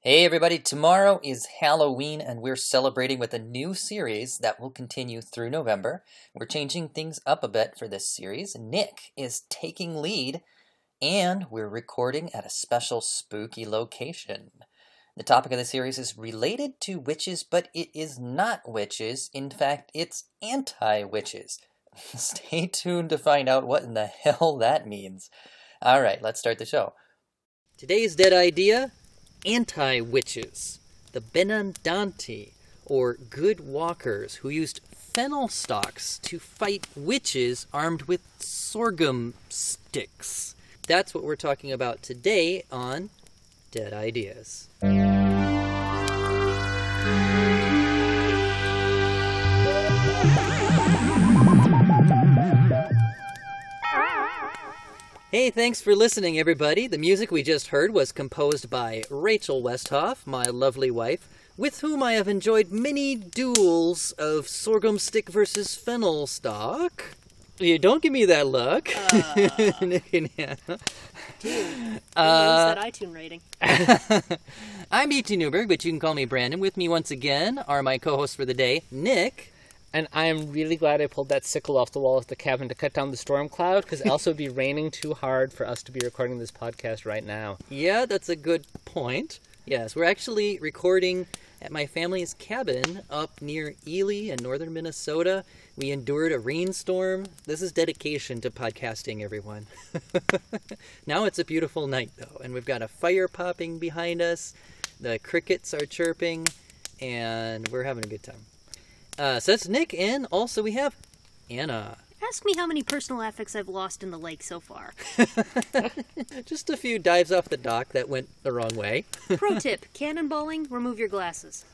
Hey everybody, tomorrow is Halloween and we're celebrating with a new series that will continue through November. We're changing things up a bit for this series. Nick is taking lead and we're recording at a special spooky location. The topic of the series is related to witches, but it is not witches. In fact, it's anti witches. Stay tuned to find out what in the hell that means. All right, let's start the show. Today's dead idea anti witches, the Benandanti, or good walkers who used fennel stalks to fight witches armed with sorghum sticks. That's what we're talking about today on Dead Ideas. Hey, thanks for listening, everybody. The music we just heard was composed by Rachel Westhoff, my lovely wife, with whom I have enjoyed many duels of sorghum stick versus fennel stalk. You don't give me that look. Nick and Hannah. Uh, that iTunes rating. I'm E.T. Newberg, but you can call me Brandon. With me once again are my co hosts for the day, Nick. And I am really glad I pulled that sickle off the wall of the cabin to cut down the storm cloud, because else it would be raining too hard for us to be recording this podcast right now. Yeah, that's a good point. Yes, we're actually recording at my family's cabin up near Ely in northern Minnesota. We endured a rainstorm. This is dedication to podcasting, everyone. now it's a beautiful night, though, and we've got a fire popping behind us. The crickets are chirping, and we're having a good time. Uh, so that's Nick, and also we have Anna. Ask me how many personal ethics I've lost in the lake so far. Just a few dives off the dock that went the wrong way. Pro tip cannonballing, remove your glasses.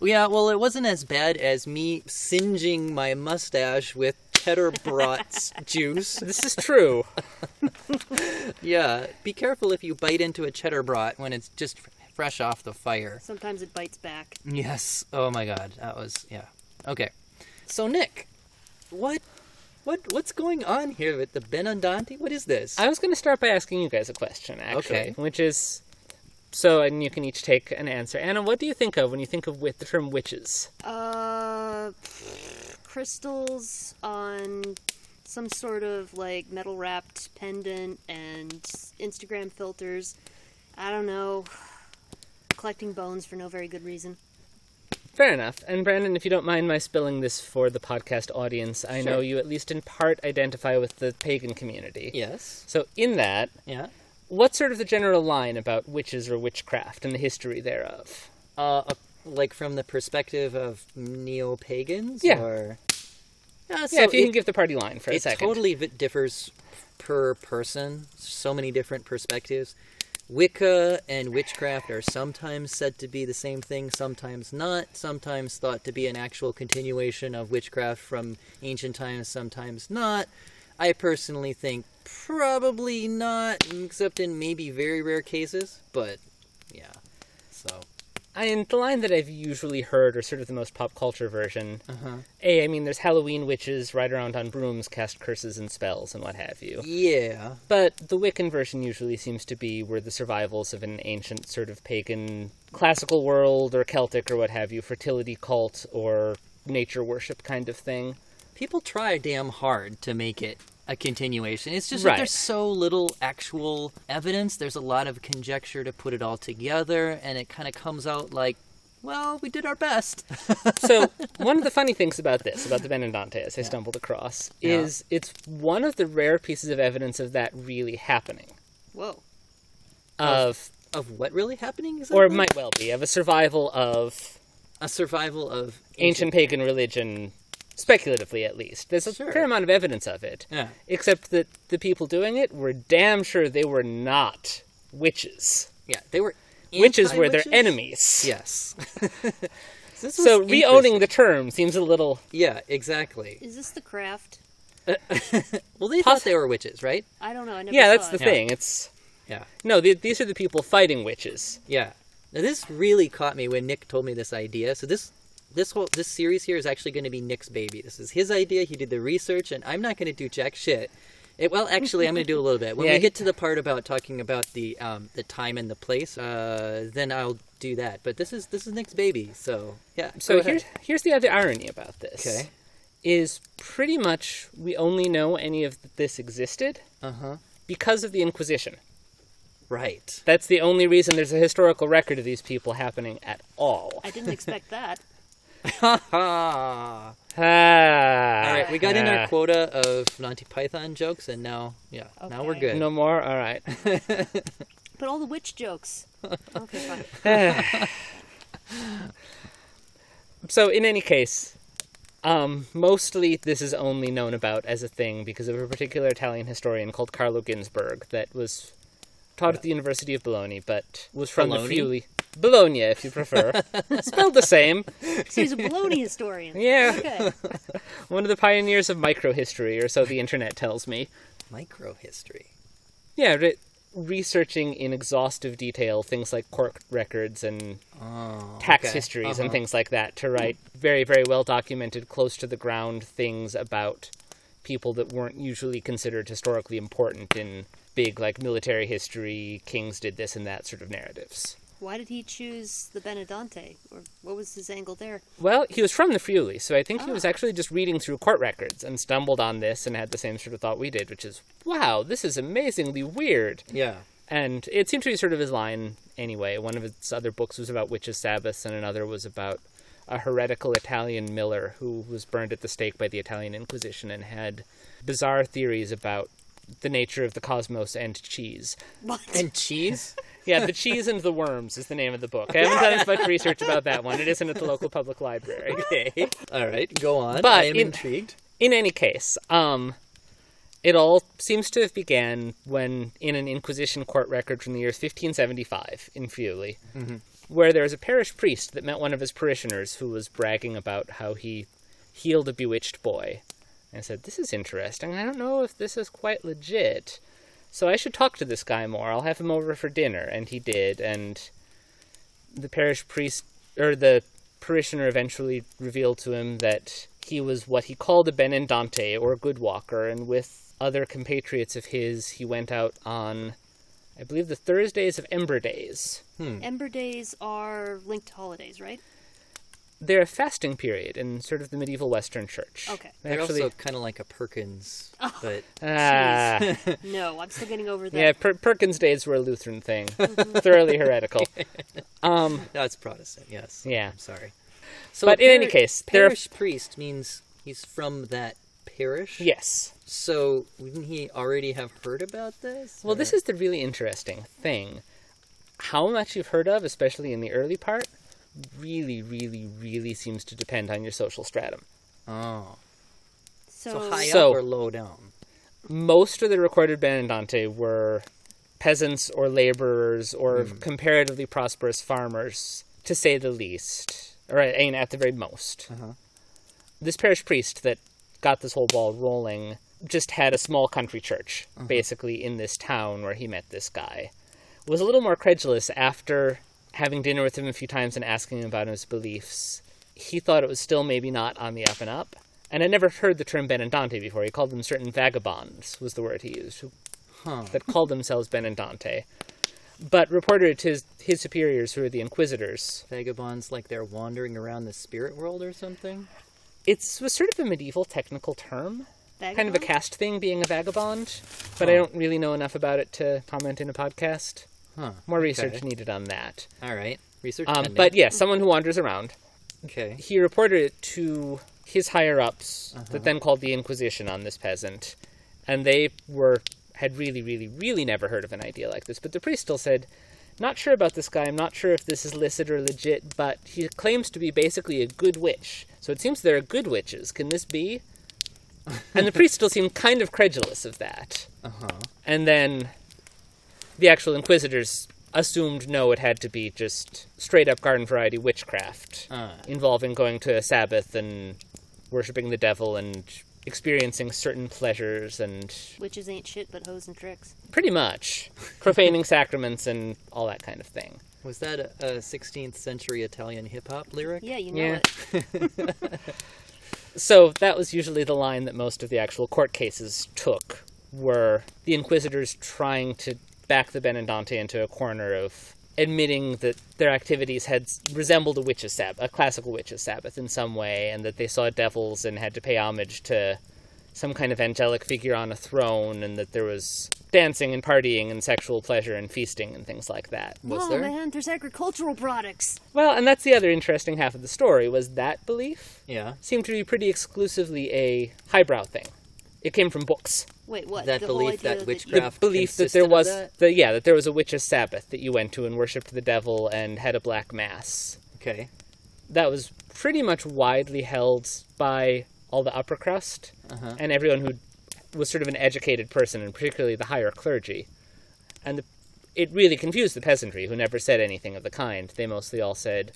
Yeah, well, it wasn't as bad as me singeing my mustache with cheddar brats juice. This is true. Yeah, be careful if you bite into a cheddar brat when it's just f- fresh off the fire. Sometimes it bites back. Yes. Oh my God, that was yeah. Okay, so Nick, what, what, what's going on here with the Benandanti? What is this? I was going to start by asking you guys a question, actually, Okay. which is so, and you can each take an answer. Anna, what do you think of when you think of with the term witches? Uh, crystals on some sort of like metal wrapped pendant and Instagram filters. I don't know. Collecting bones for no very good reason. Fair enough. And Brandon, if you don't mind my spilling this for the podcast audience, I know Sure. you at least in part identify with the pagan community. yes. So, in that, Yeah. what's sort of the general line about witches or witchcraft and the history thereof? Uh, uh, like from the perspective of neo pagans. Yeah. Or... Uh, so yeah, if you it- can give the party line for a it second. totally v- differs per person. So many different perspectives. Wicca and witchcraft are sometimes said to be the same thing, sometimes not. Sometimes thought to be an actual continuation of witchcraft from ancient times, sometimes not. I personally think probably not, except in maybe very rare cases. But yeah, so I mean, the line that I've usually heard, or sort of the most pop culture version, uh-huh. A, I mean, there's Halloween witches ride around on brooms, cast curses and spells and what have you. yeah, But the Wiccan version usually seems to be where the survivals of an ancient sort of pagan classical world or Celtic or what have you, fertility cult or nature worship kind of thing. people try damn hard to make it a continuation. It's just that Right. there's so little actual evidence. There's a lot of conjecture to put it all together, and it kind of comes out like, well, we did our best. so one of the funny things about this, about the Benandantes I stumbled across, Yeah. is it's one of the rare pieces of evidence of that really happening. Whoa. Of of what really happening exactly? or it might well be of a survival of a survival of ancient pagan religion, speculatively at least. There's a Sure. fair amount of evidence of it. Yeah. Except that the people doing it were damn sure they were not witches. Yeah, they were Witches were their anti-witches? enemies. Yes. This So was reowning interesting. the term seems a little yeah exactly. Is this the craft? Well, they thought they were witches, right? I don't know. I never Yeah, that's saw the it. Yeah. thing. It's Yeah. no, the, these are the people fighting witches. Yeah. Now this really caught me when Nick told me this idea. So this this whole this series here is actually going to be Nick's baby. This is his idea. He did the research, and I'm not going to do jack shit. It, well, actually, I'm going to do a little bit. When Yeah. we get to the part about talking about the um, the time and the place, uh, then I'll do that. But this is this is Nick's baby, so yeah. So go ahead. here's here's the other irony about this. Okay. Is pretty much we only know any of this existed uh huh. because of the Inquisition. Right. That's the only reason there's a historical record of these people happening at all. I didn't expect that. Ah. All Ah. right, we got in Ah. our quota of Monty Python jokes, and now yeah, now we're Okay. good. Ah. No more. All right. But all the witch jokes. Okay, fine. So in any case, um, mostly this is only known about as a thing because of a particular Italian historian called Carlo Ginzburg that was taught at the University of Bologna, but was from Bologna? the Friuli. Bologna, if you prefer. Spelled the same. So he's a baloney historian. Yeah. Okay. One of the pioneers of microhistory, or so the internet tells me. Micro history. Yeah, re- researching in exhaustive detail things like court records and Oh, tax okay. histories and Uh-huh. things like that to write very, very well documented, close to the ground things about people that weren't usually considered historically important in big, like military history, kings did this and that sort of narratives. Why did he choose the Benedante? Or what was his angle there? Well, he was from the Friuli, so I think he was Ah. actually just reading through court records and stumbled on this and had the same sort of thought we did, which is, wow, this is amazingly weird. Yeah. And it seemed to be sort of his line anyway. One of his other books was about witches' Sabbaths, and another was about a heretical Italian miller who was burned at the stake by the Italian Inquisition and had bizarre theories about the nature of the cosmos and cheese. What? And cheese. Yeah, The Cheese and the Worms is the name of the book. I haven't done as much research about that one. It isn't at the local public library. okay. All right. Go on. But I am in- intrigued. in any case, um, it all seems to have began when, in an Inquisition court record from the year 1575 in Friuli, where there was a parish priest that met one of his parishioners who was bragging about how he healed a bewitched boy, and said, "This is interesting. I don't know if this is quite legit, so I should talk to this guy more. I'll have him over for dinner." And he did, and the parish priest or the parishioner eventually revealed to him that he was what he called a benendante or a good walker and with other compatriots of his he went out on i believe the thursdays of ember days Ember days are linked to holidays, right? they're a fasting period in sort of the medieval western church Okay. They They're actually also kind of like a Perkins, but Ah. No, I'm still getting over that. yeah per- perkins days were a lutheran thing thoroughly heretical um that's Protestant. Yes. Yeah. I'm sorry. So, But a in any case, there- parish priest means he's from that parish. yes So wouldn't he already have heard about this? Well, this Or- is the really interesting thing. How much you've heard of, especially in the early part, really, really, really seems to depend on your social stratum. oh. So, So, high Oh. So- up or low down? Most of the recorded Benedante were peasants or laborers or comparatively prosperous farmers, to say the least, or I mean, at the very most. Uh-huh. This parish priest that got this whole ball rolling just had a small country church, basically, in this town where he met this guy. was a little more credulous after having dinner with him a few times and asking him about his beliefs. He thought it was still maybe not on the up and up. And I never heard the term Benedante before. He called them certain vagabonds, was the word he used, who, Huh. that called themselves Benedante. But reported it to his, his superiors, who were the inquisitors. Vagabonds like they're wandering around the spirit world or something? It's was sort of a medieval technical term, kind of a vagabond? caste thing, being a vagabond. But I Huh. don't really know enough about it to comment in a podcast. Huh. More research Okay. needed on that. All right. Research. Um, pending. but yes, someone who wanders around. Okay. he reported it to his higher ups that then called the Inquisition on this peasant, and they were had really, really, really never heard of an idea like this. But the priest still said, "Not sure about this guy. I'm not sure if this is licit or legit, but he claims to be basically a good witch. So it seems there are good witches. Can this be?" and the priest still seemed kind of credulous of that. Uh huh. And then the actual inquisitors assumed no, it had to be just straight up garden variety witchcraft Ah. involving going to a Sabbath and worshipping the devil and experiencing certain pleasures and Witches ain't shit but hoes and tricks. pretty much profaning sacraments and all that kind of thing. Was that a, a 16th century Italian hip hop lyric? Yeah, you know Yeah. it. So that was usually the line that most of the actual court cases took were the Inquisitors trying to back the Benedante into a corner of admitting that their activities had s- resembled a witch's Sabbath, a classical witch's Sabbath in some way, and that they saw devils and had to pay homage to some kind of angelic figure on a throne, and that there was dancing and partying and sexual pleasure and feasting and things like that. Was oh there? man, there's agricultural products. Well, and that's the other interesting half of the story was that belief Yeah. seemed to be pretty exclusively a highbrow thing. It came from books. Wait, what? That the whole belief, idea that that witchcraft- the Craft belief that consisted there of was that? the yeah that there was a witch's sabbath that you went to and worshipped the devil and had a black mass Okay. that was pretty much widely held by all the upper crust Uh-huh. and everyone who was sort of an educated person and particularly the higher clergy and the, it really confused the peasantry who never said anything of the kind they mostly all said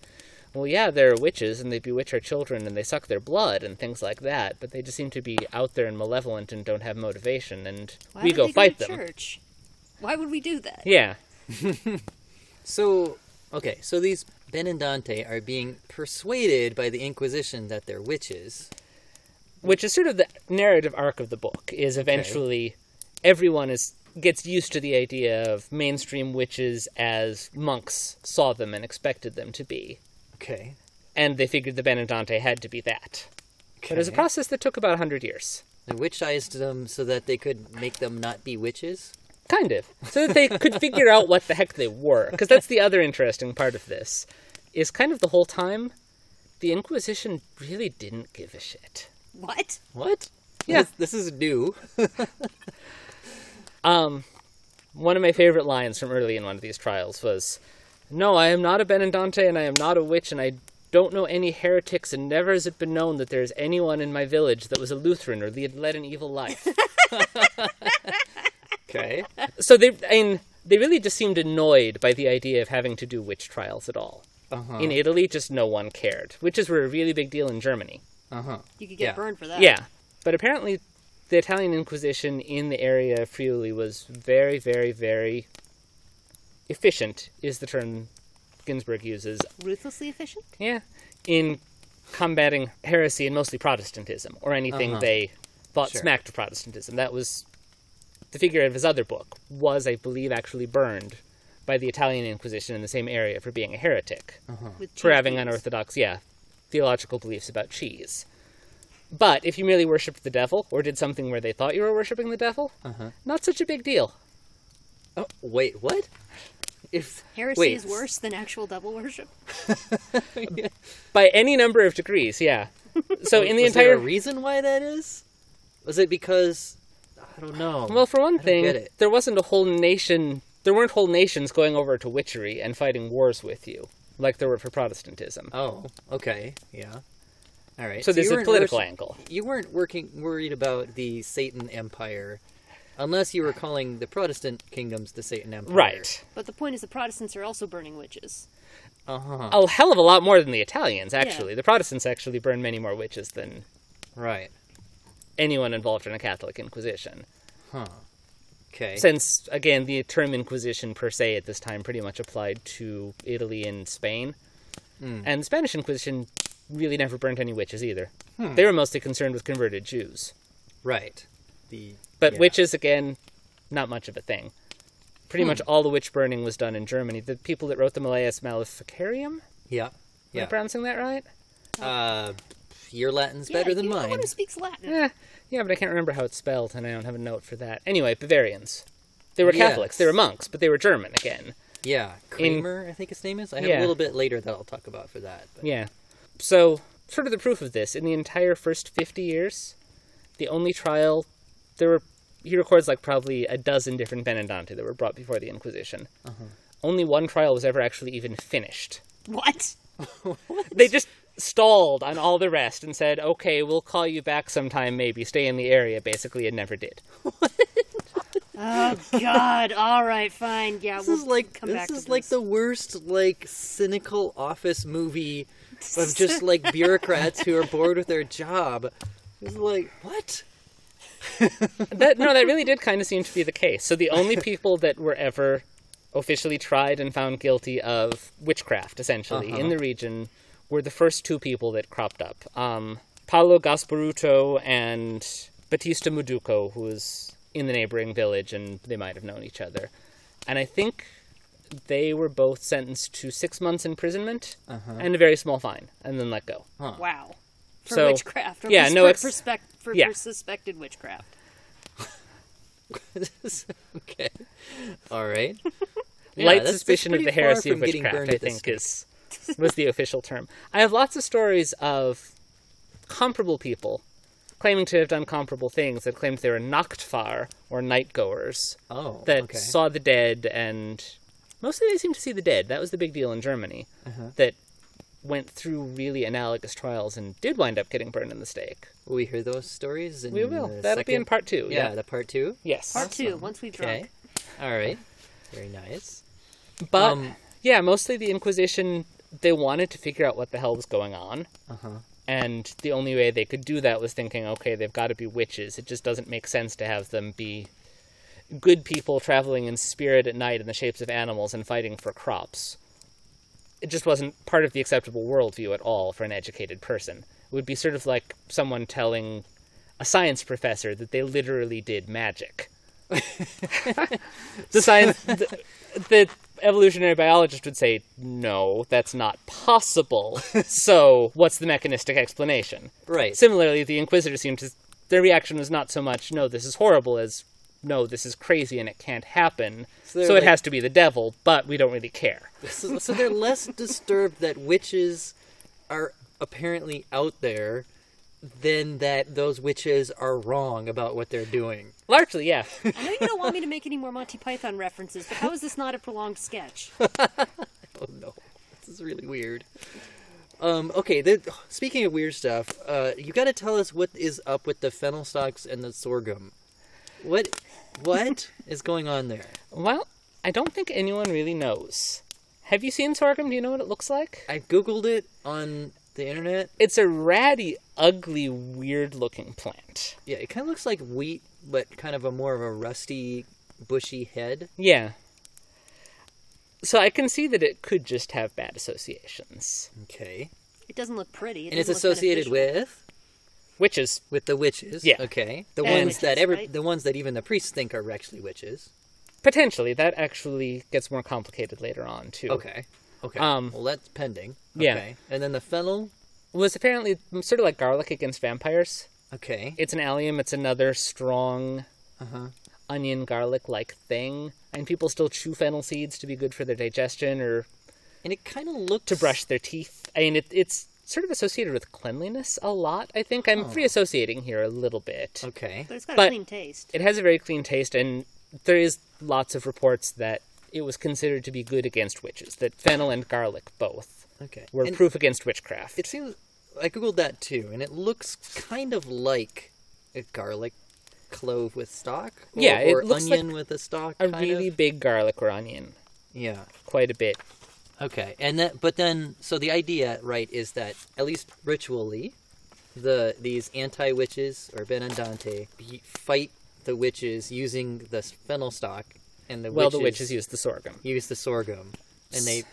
well yeah they're witches and they bewitch our children and they suck their blood and things like that but they just seem to be out there and malevolent and don't have motivation and Why we would go they fight go to them Church? Why would we do that? yeah So, okay, so these Benandante are being persuaded by the Inquisition that they're witches. which is sort of the narrative arc of the book is eventually everyone is gets used to the idea of mainstream witches as monks saw them and expected them to be Okay. and they figured the benedante had to be that but it was a Okay. process that took about 100 years They witchized them so that they could make them not be witches. kind of so that they could figure out what the heck they were because that's the other interesting part of this is kind of the whole time the inquisition really didn't give a shit What? What? Yeah. This, this is new. Um, one of my favorite lines from early in one of these trials was, "No, I am not a Benedante, and I am not a witch, and I don't know any heretics, and never has it been known that there is anyone in my village that was a Lutheran or that led an evil life." Okay. so they, I mean, they really just seemed annoyed by the idea of having to do witch trials at all. Uh-huh. In Italy, just no one cared. Witches were a really big deal in Germany. Uh-huh. You could get Yeah. burned for that. Yeah, but apparently the Italian Inquisition in the area of Friuli was very, very, very efficient. Is the term Ginsburg uses? Ruthlessly efficient? Yeah, in combating heresy and mostly Protestantism or anything Uh-huh. they thought Sure. smacked of Protestantism. That was the figure of his other book was, I believe, actually burned by the Italian Inquisition in the same area for being a heretic With for cheese having beans. unorthodox, yeah, theological beliefs about cheese. But if you merely worshipped the devil or did something where they thought you were worshipping the devil, Uh-huh. not such a big deal. Oh, wait, what? If Heresy wait, is worse than actual devil worship. By any number of degrees, yeah. So in the was there entire a reason why that is? Was it because I don't know. well, for I one don't get thing, it. there wasn't a whole nation. There weren't whole nations going over to witchery and fighting wars with you, like there were for Protestantism. Oh, okay. Yeah. All right. so, there's you a weren't political worship- angle. You weren't working worried about the Satan Empire unless you were calling the Protestant kingdoms the Satan Empire. Right. But the point is, the Protestants are also burning witches. Uh-huh. A hell of a lot more than the Italians, actually. The Protestants actually burned many more witches than Right. anyone involved in a Catholic Inquisition. Huh. Okay. since again the term inquisition per se at this time pretty much applied to italy and spain Hmm. and the spanish inquisition really never burnt any witches either Hmm. they were mostly concerned with converted jews right. The but yeah. witches again not much of a thing Hmm. pretty much all the witch burning was done in germany the people that wrote the malleus maleficarium Yeah. am i Yeah. pronouncing that right Uh, your Latin's better yeah, than you know the mine. one who speaks Latin. Eh, yeah but i can't remember how it's spelled and i don't have a note for that anyway bavarians they were Yes. catholics they were monks but they were german again Yeah, Kramer, I think his name is. I have Yeah. a little bit later that I'll talk about for that. But Yeah. So, sort of the proof of this, in the entire first 50 years, the only trial, there were, he records like probably a dozen different Benedante that were brought before the Inquisition. Only one trial was ever actually even finished. What? They just stalled on all the rest and said, okay, we'll call you back sometime, maybe, stay in the area, basically, and never did. Oh God! All right, fine. Yeah, This we'll is like come back this to is like the worst like cynical office movie of just like bureaucrats who are bored with their job. It's like what? that no, that really did kind of seem to be the case. So the only people that were ever officially tried and found guilty of witchcraft, essentially, in the region, were the first two people that cropped up: um, Paolo Gasparuto and Battista Muduco, who was in the neighboring village and they might have known each other. And I think they were both sentenced to six months imprisonment and a very small fine and then let go. Wow. For So- witchcraft. Or yeah, pers- no for, ex- perspec- for yeah. per- suspected witchcraft. okay. All right. Yeah, Light that's- that's suspicion of pretty the far heresy of from getting witchcraft, burned I at this think, is was the official term. I have lots of stories of comparable people claiming to have done comparable things that claimed they were Nachtfar or night goers. Oh, that okay. saw the dead and mostly they seem to see the dead that was the big deal in germany Uh-huh. that went through really analogous trials and did wind up getting burned in the stake Will we hear those stories? In we will The that'll be in second- part two Yeah, yeah, the part two. yes Part two, once we've drunk. Okay. All right. Very nice. but um, yeah mostly the inquisition they wanted to figure out what the hell was going on Uh huh. and the only way they could do that was thinking okay they've got to be witches it just doesn't make sense to have them be good people traveling in spirit at night in the shapes of animals and fighting for crops it just wasn't part of the acceptable worldview at all for an educated person it would be sort of like someone telling a science professor that they literally did magic the science the, the evolutionary biologist would say no that's not possible so what's the mechanistic explanation Right. similarly the inquisitor seemed to their reaction was not so much no this is horrible as no this is crazy and it can't happen So so, they're it like- has to be the devil but we don't really care so, so they're less disturbed that witches are apparently out there than that those witches are wrong about what they're doing. largely yeah I know you don't want me to make any more Monty Python references, but how is this not a prolonged sketch? Oh no, this is really weird. Um, okay, the, speaking of weird stuff, uh, you got to tell us what is up with the fennel stalks and the sorghum. What, what is going on there? well i don't think anyone really knows have you seen sorghum do you know what it looks like I googled it on the internet. it's a ratty ugly weird looking plant Yeah, it kind of looks like wheat, but kind of a more of a rusty, bushy head. yeah so i can see that it could just have bad associations Okay, It doesn't look pretty. It and it's doesn't look associated beneficial. with. which is With the witches, Yeah. Okay, the And ones witches, that every, right? the ones that even the priests think are actually witches. potentially that actually gets more complicated later on too Okay, okay. Um, well, that's pending. yeah. Okay. and then the fennel. was apparently sort of like garlic against vampires. Okay, It's an allium. It's another strong Uh-huh. onion garlic like thing, and people still chew fennel seeds to be good for their digestion or and it kind of looks to brush their teeth. I mean, it, it's sort of associated with cleanliness a lot. I think I'm free associating here a little bit. Oh. Okay, But it's got but- a clean taste. It has a very clean taste, and there is lots of reports that it was considered to be good against witches. That fennel and garlic both okay. were And proof against witchcraft. It seems I googled that too, and it looks kind of like a garlic clove with stalk. Or, Yeah, it or looks like onion with a stalk. a kind really of. big garlic or onion, yeah. quite a bit. Okay, and that, but then, so the idea, right, is that at least ritually, the these anti witches or Benandante be- fight the witches using the s- fennel stalk, and the Well, witches the witches use the sorghum. use the sorghum, and they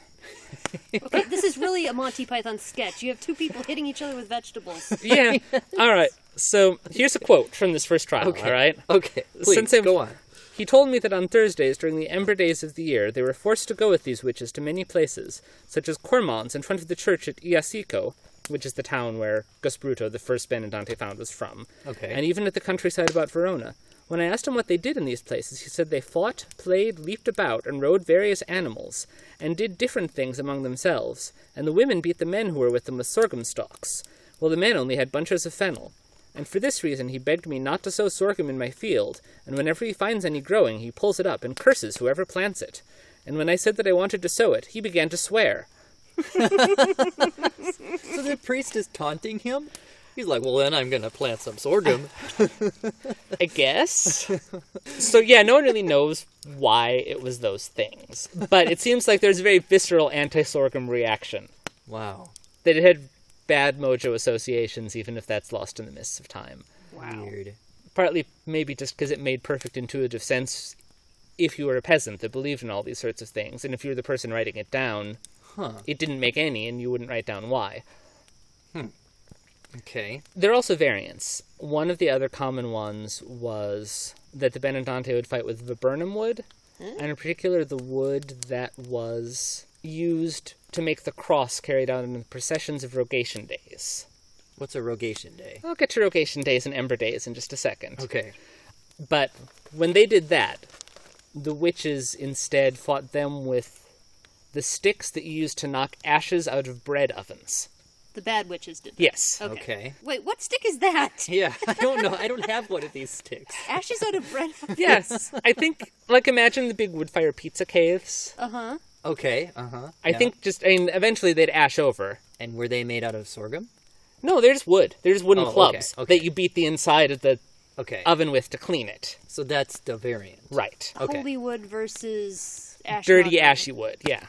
Okay, this is really a Monty Python sketch. You have two people hitting each other with vegetables. yeah. All right. So here's a quote from this first trial. Okay. All right. okay. Please Since I've- go on. He told me that on Thursdays, during the Ember Days of the year, they were forced to go with these witches to many places, such as Cormons in front of the church at Iacico, which is the town where Gaspruto, the first Benedante found, was from, Okay. and even at the countryside about Verona. When I asked him what they did in these places, he said they fought, played, leaped about, and rode various animals, and did different things among themselves, and the women beat the men who were with them with sorghum stalks, while the men only had bunches of fennel. And for this reason, he begged me not to sow sorghum in my field, and whenever he finds any growing, he pulls it up and curses whoever plants it. And when I said that I wanted to sow it, he began to swear. So the priest is taunting him. He's like, "Well, then I'm gonna plant some sorghum." I guess. so yeah, no one really knows why it was those things, but it seems like there's a very visceral anti-sorghum reaction wow. that it had bad mojo associations, even if that's lost in the mists of time. Wow. Weird. Partly, maybe just because it made perfect intuitive sense if you were a peasant that believed in all these sorts of things, and if you were the person writing it down, Huh. it didn't make any, and you wouldn't write down why. Okay. There are also variants. One of the other common ones was that the Benedante would fight with viburnum wood, and in particular the wood that was used to make the cross carried out in the processions of Rogation Days. What's a rogation day? I'll get to Rogation Days and Ember Days in just a second. Okay. But when they did that, the witches instead fought them with the sticks that you use to knock ashes out of bread ovens. The bad witches did that. Yes. Okay. Okay. Wait, what stick is that? Yeah, I don't know. I don't have one of these sticks. Ashes out of bread. Yes. I think, like, imagine the big wood fire pizza caves. Uh huh. Okay. Uh huh. I think just, I mean, eventually they'd ash over. And were they made out of sorghum? No, they're just wood. They're just wooden Oh, okay, clubs okay. that you beat the inside of the Okay. oven with to clean it. so that's the variant. Right. Okay. Holy wood versus ash. Dirty, knocker. ashy wood. Yeah.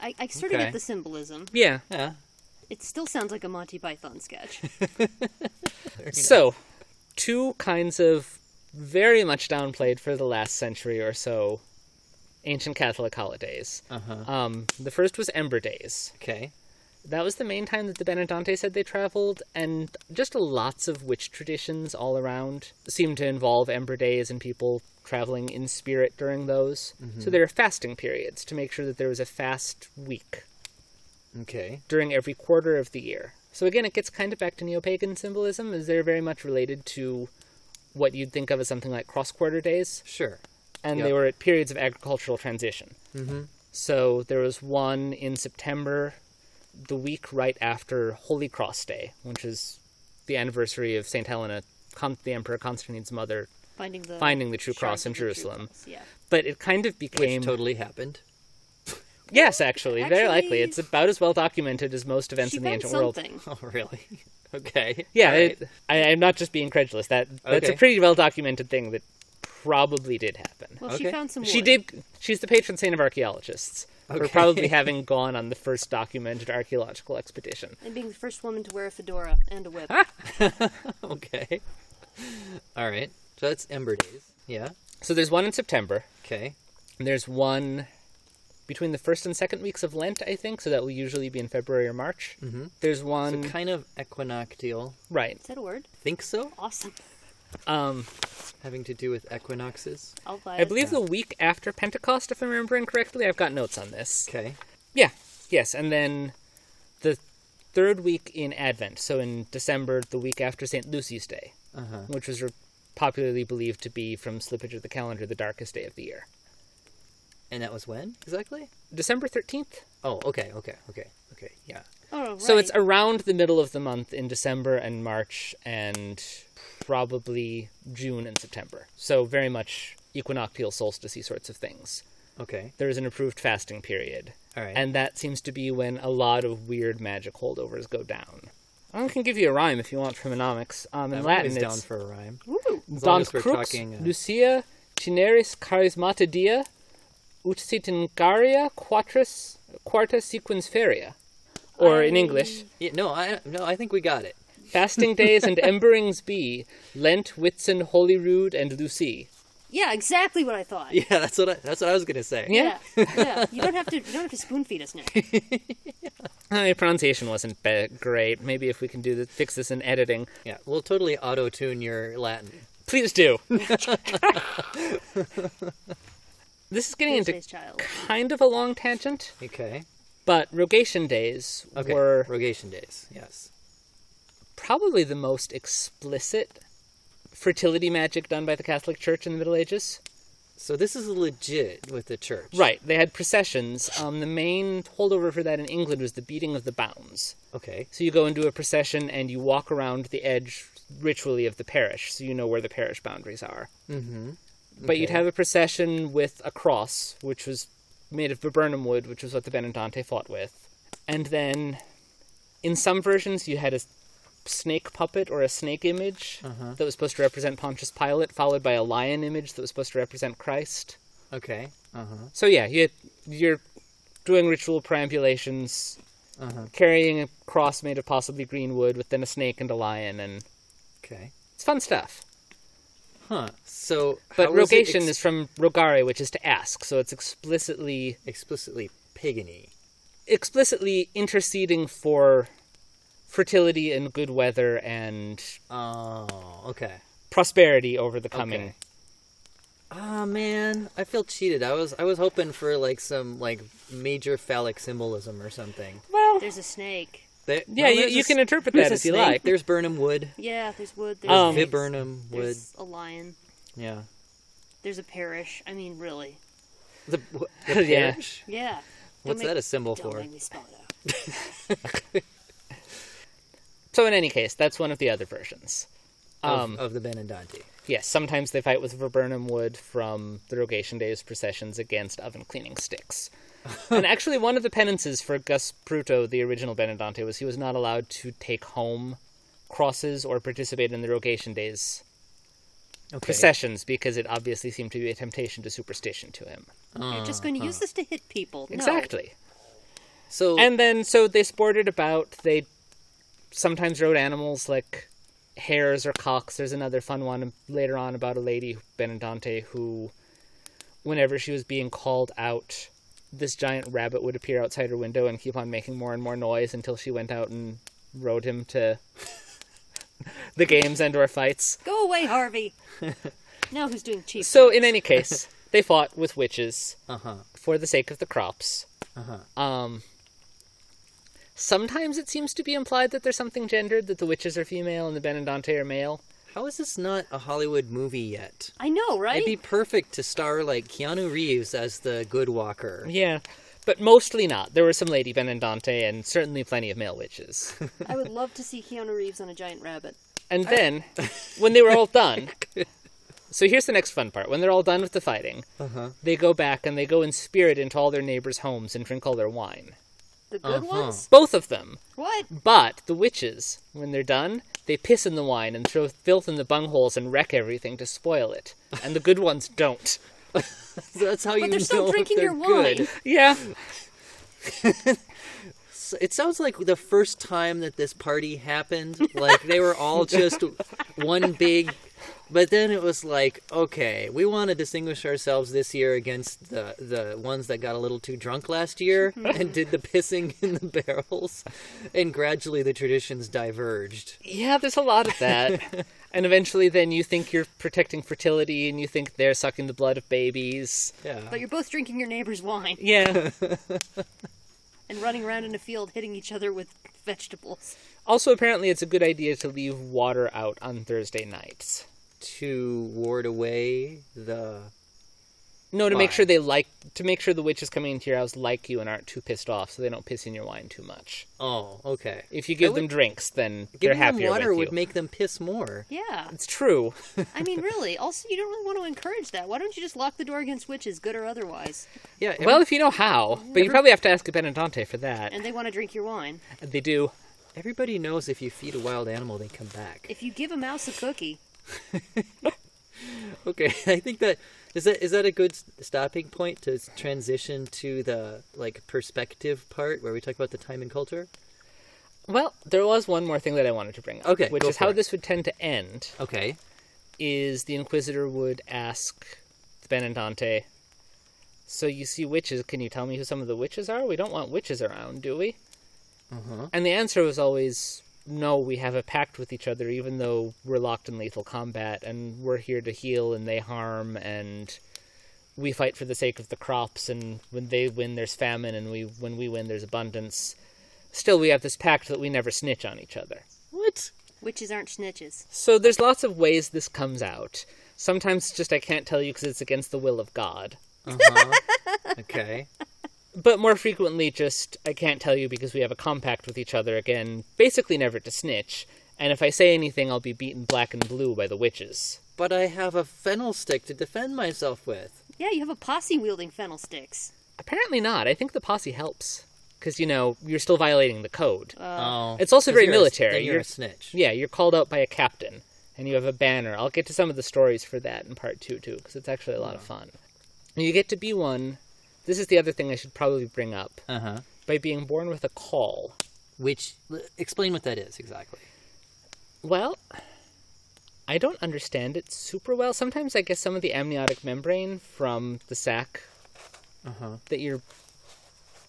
I, I sort of Okay. get the symbolism. Yeah. Yeah. It still sounds like a Monty Python sketch. So, two kinds of very much downplayed for the last century or so ancient Catholic holidays. Uh-huh. Um, the first was Ember Days. Okay. That was the main time that the Benedante said they traveled, and just lots of witch traditions all around seem to involve Ember Days and people traveling in spirit during those. So there are fasting periods to make sure that there was a fast week Okay. during every quarter of the year. So again, it gets kind of back to neo-pagan symbolism, as they're very much related to what you'd think of as something like cross-quarter days, Sure. and Yep. they were at periods of agricultural transition. Mm-hmm. So there was one in September, the week right after Holy Cross Day, which is the anniversary of Saint Helena, Con- the Emperor Constantine's mother. Finding the Finding the true shrine cross of in the true Jerusalem. cross, Yeah. But it kind of Which became totally happened. yes, actually, very likely. Actually- It's about as well documented as most events she in the found ancient world. something. Oh, really? Okay. Yeah, All right. it, I, I'm not just being credulous. That that's a Okay. pretty well documented thing that probably did happen. Well, she Okay. found some. she wood. did. She's the patron saint of archaeologists for Okay. probably having gone on the first documented archaeological expedition. And being the first woman to wear a fedora and a whip. Okay. All right. So that's Ember Days. Yeah. So there's one in September. Okay. And there's one between the first and second weeks of Lent, I think. So that will usually be in February or March. Mm-hmm. There's one Kind of equinoctial. right. Is that a word? Think so? Awesome. Um, Having to do with equinoxes. I'll buy I it. believe the week after Pentecost, if I'm remembering correctly. I've got notes on this. Okay. Yeah. Yes, and then the third week in Advent, so in December, the week after St. Lucy's Day, Uh huh. which was re- popularly believed to be from slippage of the calendar the darkest day of the year. And that was when exactly? December 13th. Oh, okay, okay, okay, okay. Yeah. Oh, right. So it's around the middle of the month in December and March and probably June and September. So very much equinoctial solstice sorts of things. Okay. There is an approved fasting period. All right. And that seems to be when a lot of weird magic holdovers go down. I can give you a rhyme if you want from Economics. Um, in I'm Latin, always down it's for a rhyme. Woo. As long Don as we're crux talking, uh, Lucia cineris charismata dia ut sit in Garia quatris quarta sequens feria. Or in I- English, Yeah, no, I no, I think we got it. fasting days and emberings be, Lent, Whitsun, Holyrood, and Lucy. Yeah, exactly what I thought. Yeah, that's what I, that's what I was gonna say. Yeah. Yeah. yeah. You don't have to. You don't have to spoon feed us, Nick. My pronunciation wasn't be- great. Maybe if we can do the, fix this in editing. Yeah, we'll totally auto-tune your Latin. Please do. this is getting into Thursday's child. kind of a long tangent, Okay. but rogation days Okay. were Rogation days. Yes. probably the most explicit fertility magic done by the Catholic Church in the Middle Ages. So this is legit with the church. Right, they had processions. Um, the main holdover for that in England was the beating of the bounds. Okay. So you go into a procession and you walk around the edge ritually of the parish, so you know where the parish boundaries are. Mm-hmm. But you'd Okay. have a procession with a cross, which was made of viburnum wood, which was what the Benedante fought with. And then, in some versions, you had a snake puppet or a snake image that was supposed to represent Pontius Pilate, followed by a lion image that was supposed to represent Christ. Okay. Uh huh. So yeah, you, you're doing ritual perambulations, Uh-huh. carrying a cross made of possibly green wood with then a snake and a lion, and Okay. it's fun stuff. Huh. So, But how was it rogation is from rogare, which is to ask, so it's explicitly explicitly pagany. explicitly interceding for fertility and good weather and Oh. Okay. prosperity over the coming Okay. Ah man, I feel cheated. I was I was hoping for like some like major phallic symbolism or something. Well, There's a snake. There- Yeah, you- there's you a can s- interpret there's that a if you snake, like. There's Burnham Wood. Yeah, there's wood. There's Um, Vib snakes, Burnham Wood. There's a lion. Yeah. There's a parish. I mean, really. The, what- the Yeah. parish? Yeah. What's make- that a symbol Don't for? make me spell it out. so in any case, that's one of the other versions. Of- Um, of, the Benandanti. Yes, sometimes they fight with viburnum wood from the Rogation Days processions against oven cleaning sticks. and actually, one of the penances for Gus Bruto, the original Benedante, was he was not allowed to take home crosses or participate in the Rogation Days Okay. processions because it obviously seemed to be a temptation to superstition to him. You're just going to use this to hit people. No. Exactly. So And then, so they sported about. They sometimes rode animals like hares or cocks. There's another fun one later on about a lady, Benedante, who, whenever she was being called out, this giant rabbit would appear outside her window and keep on making more and more noise until she went out and rode him to the games and or fights. Go away, Harvey. now who's doing cheap? So, in any case, they fought with witches uh-huh. for the sake of the crops. Uh-huh. Um, sometimes it seems to be implied that there's something gendered, that the witches are female and the Benedante are male. How is this not a Hollywood movie yet? I know, right? It'd be perfect to star like Keanu Reeves as the good walker. Yeah. But mostly not. There were some lady Benedante and certainly plenty of male witches. I would love to see Keanu Reeves on a giant rabbit. And then, when they were all done, so here's the next fun part. When they're all done with the fighting, Uh-huh. they go back and they go in spirit into all their neighbors' homes and drink all their wine. The good ones? Both of them. What? But the witches, when they're done, they piss in the wine and throw filth in the bungholes and wreck everything to spoil it. And the good ones don't. That's how you But they're still know drinking they're your wine. good. Yeah. So It sounds like the first time that this party happened, like they were all just one big. But then it was like, okay, we want to distinguish ourselves this year against the the ones that got a little too drunk last year and did the pissing in the barrels, and gradually the traditions diverged. Yeah, there's a lot of that. and eventually then you think you're protecting fertility and you think they're sucking the blood of babies. Yeah, But you're both drinking your neighbor's wine Yeah. and running around in a field hitting each other with vegetables. also apparently it's a good idea to leave water out on Thursday nights. to ward away the. No, to make Why? sure they like to make sure the witches coming into your house like you and aren't too pissed off so they don't piss in your wine too much. Oh, okay. If you give would- them drinks, then they're Giving them happier water with would you. make them piss more. Yeah. it's true. I mean, really. Also, you don't really want to encourage that. Why don't you just lock the door against witches, good or otherwise? Yeah. every- Well, if you know how, but you probably have to ask a Benedante for that. And they want to drink your wine. They do. Everybody knows if you feed a wild animal, they come back. If you give a mouse a cookie, Okay, I think that is that is that a good s- stopping point to s- transition to the like perspective part where we talk about the time and culture. Well, there was one more thing that I wanted to bring up. Okay, Which go is for how it. this would tend to end Okay. is the Inquisitor would ask the Benedante, So you see witches, can you tell me who some of the witches are? We don't want witches around, do we? And the answer was always no, we have a pact with each other, even though we're locked in lethal combat and we're here to heal and they harm and we fight for the sake of the crops and when they win there's famine and we when we win there's abundance. Still we have this pact that we never snitch on each other. What? witches aren't snitches. So there's lots of ways this comes out. Sometimes just I can't tell you because it's against the will of God. Okay. But more frequently, just I can't tell you because we have a compact with each other again, basically never to snitch. And if I say anything, I'll be beaten black and blue by the witches. but I have a fennel stick to defend myself with. Yeah, you have a posse wielding fennel sticks. Apparently not. I think the posse helps because you know you're still violating the code. oh, it's also 'Cause very you're a s- military. then you're, You're- a snitch. Yeah, you're called out by a captain, and you have a banner. I'll get to some of the stories for that in part two, too, because it's actually a lot of fun. And you get to be one. This is the other thing I should probably bring up Uh huh. by being born with a call. Which l- explain what that is exactly. Well, I don't understand it super well. Sometimes I guess some of the amniotic membrane from the sac Uh-huh. that you're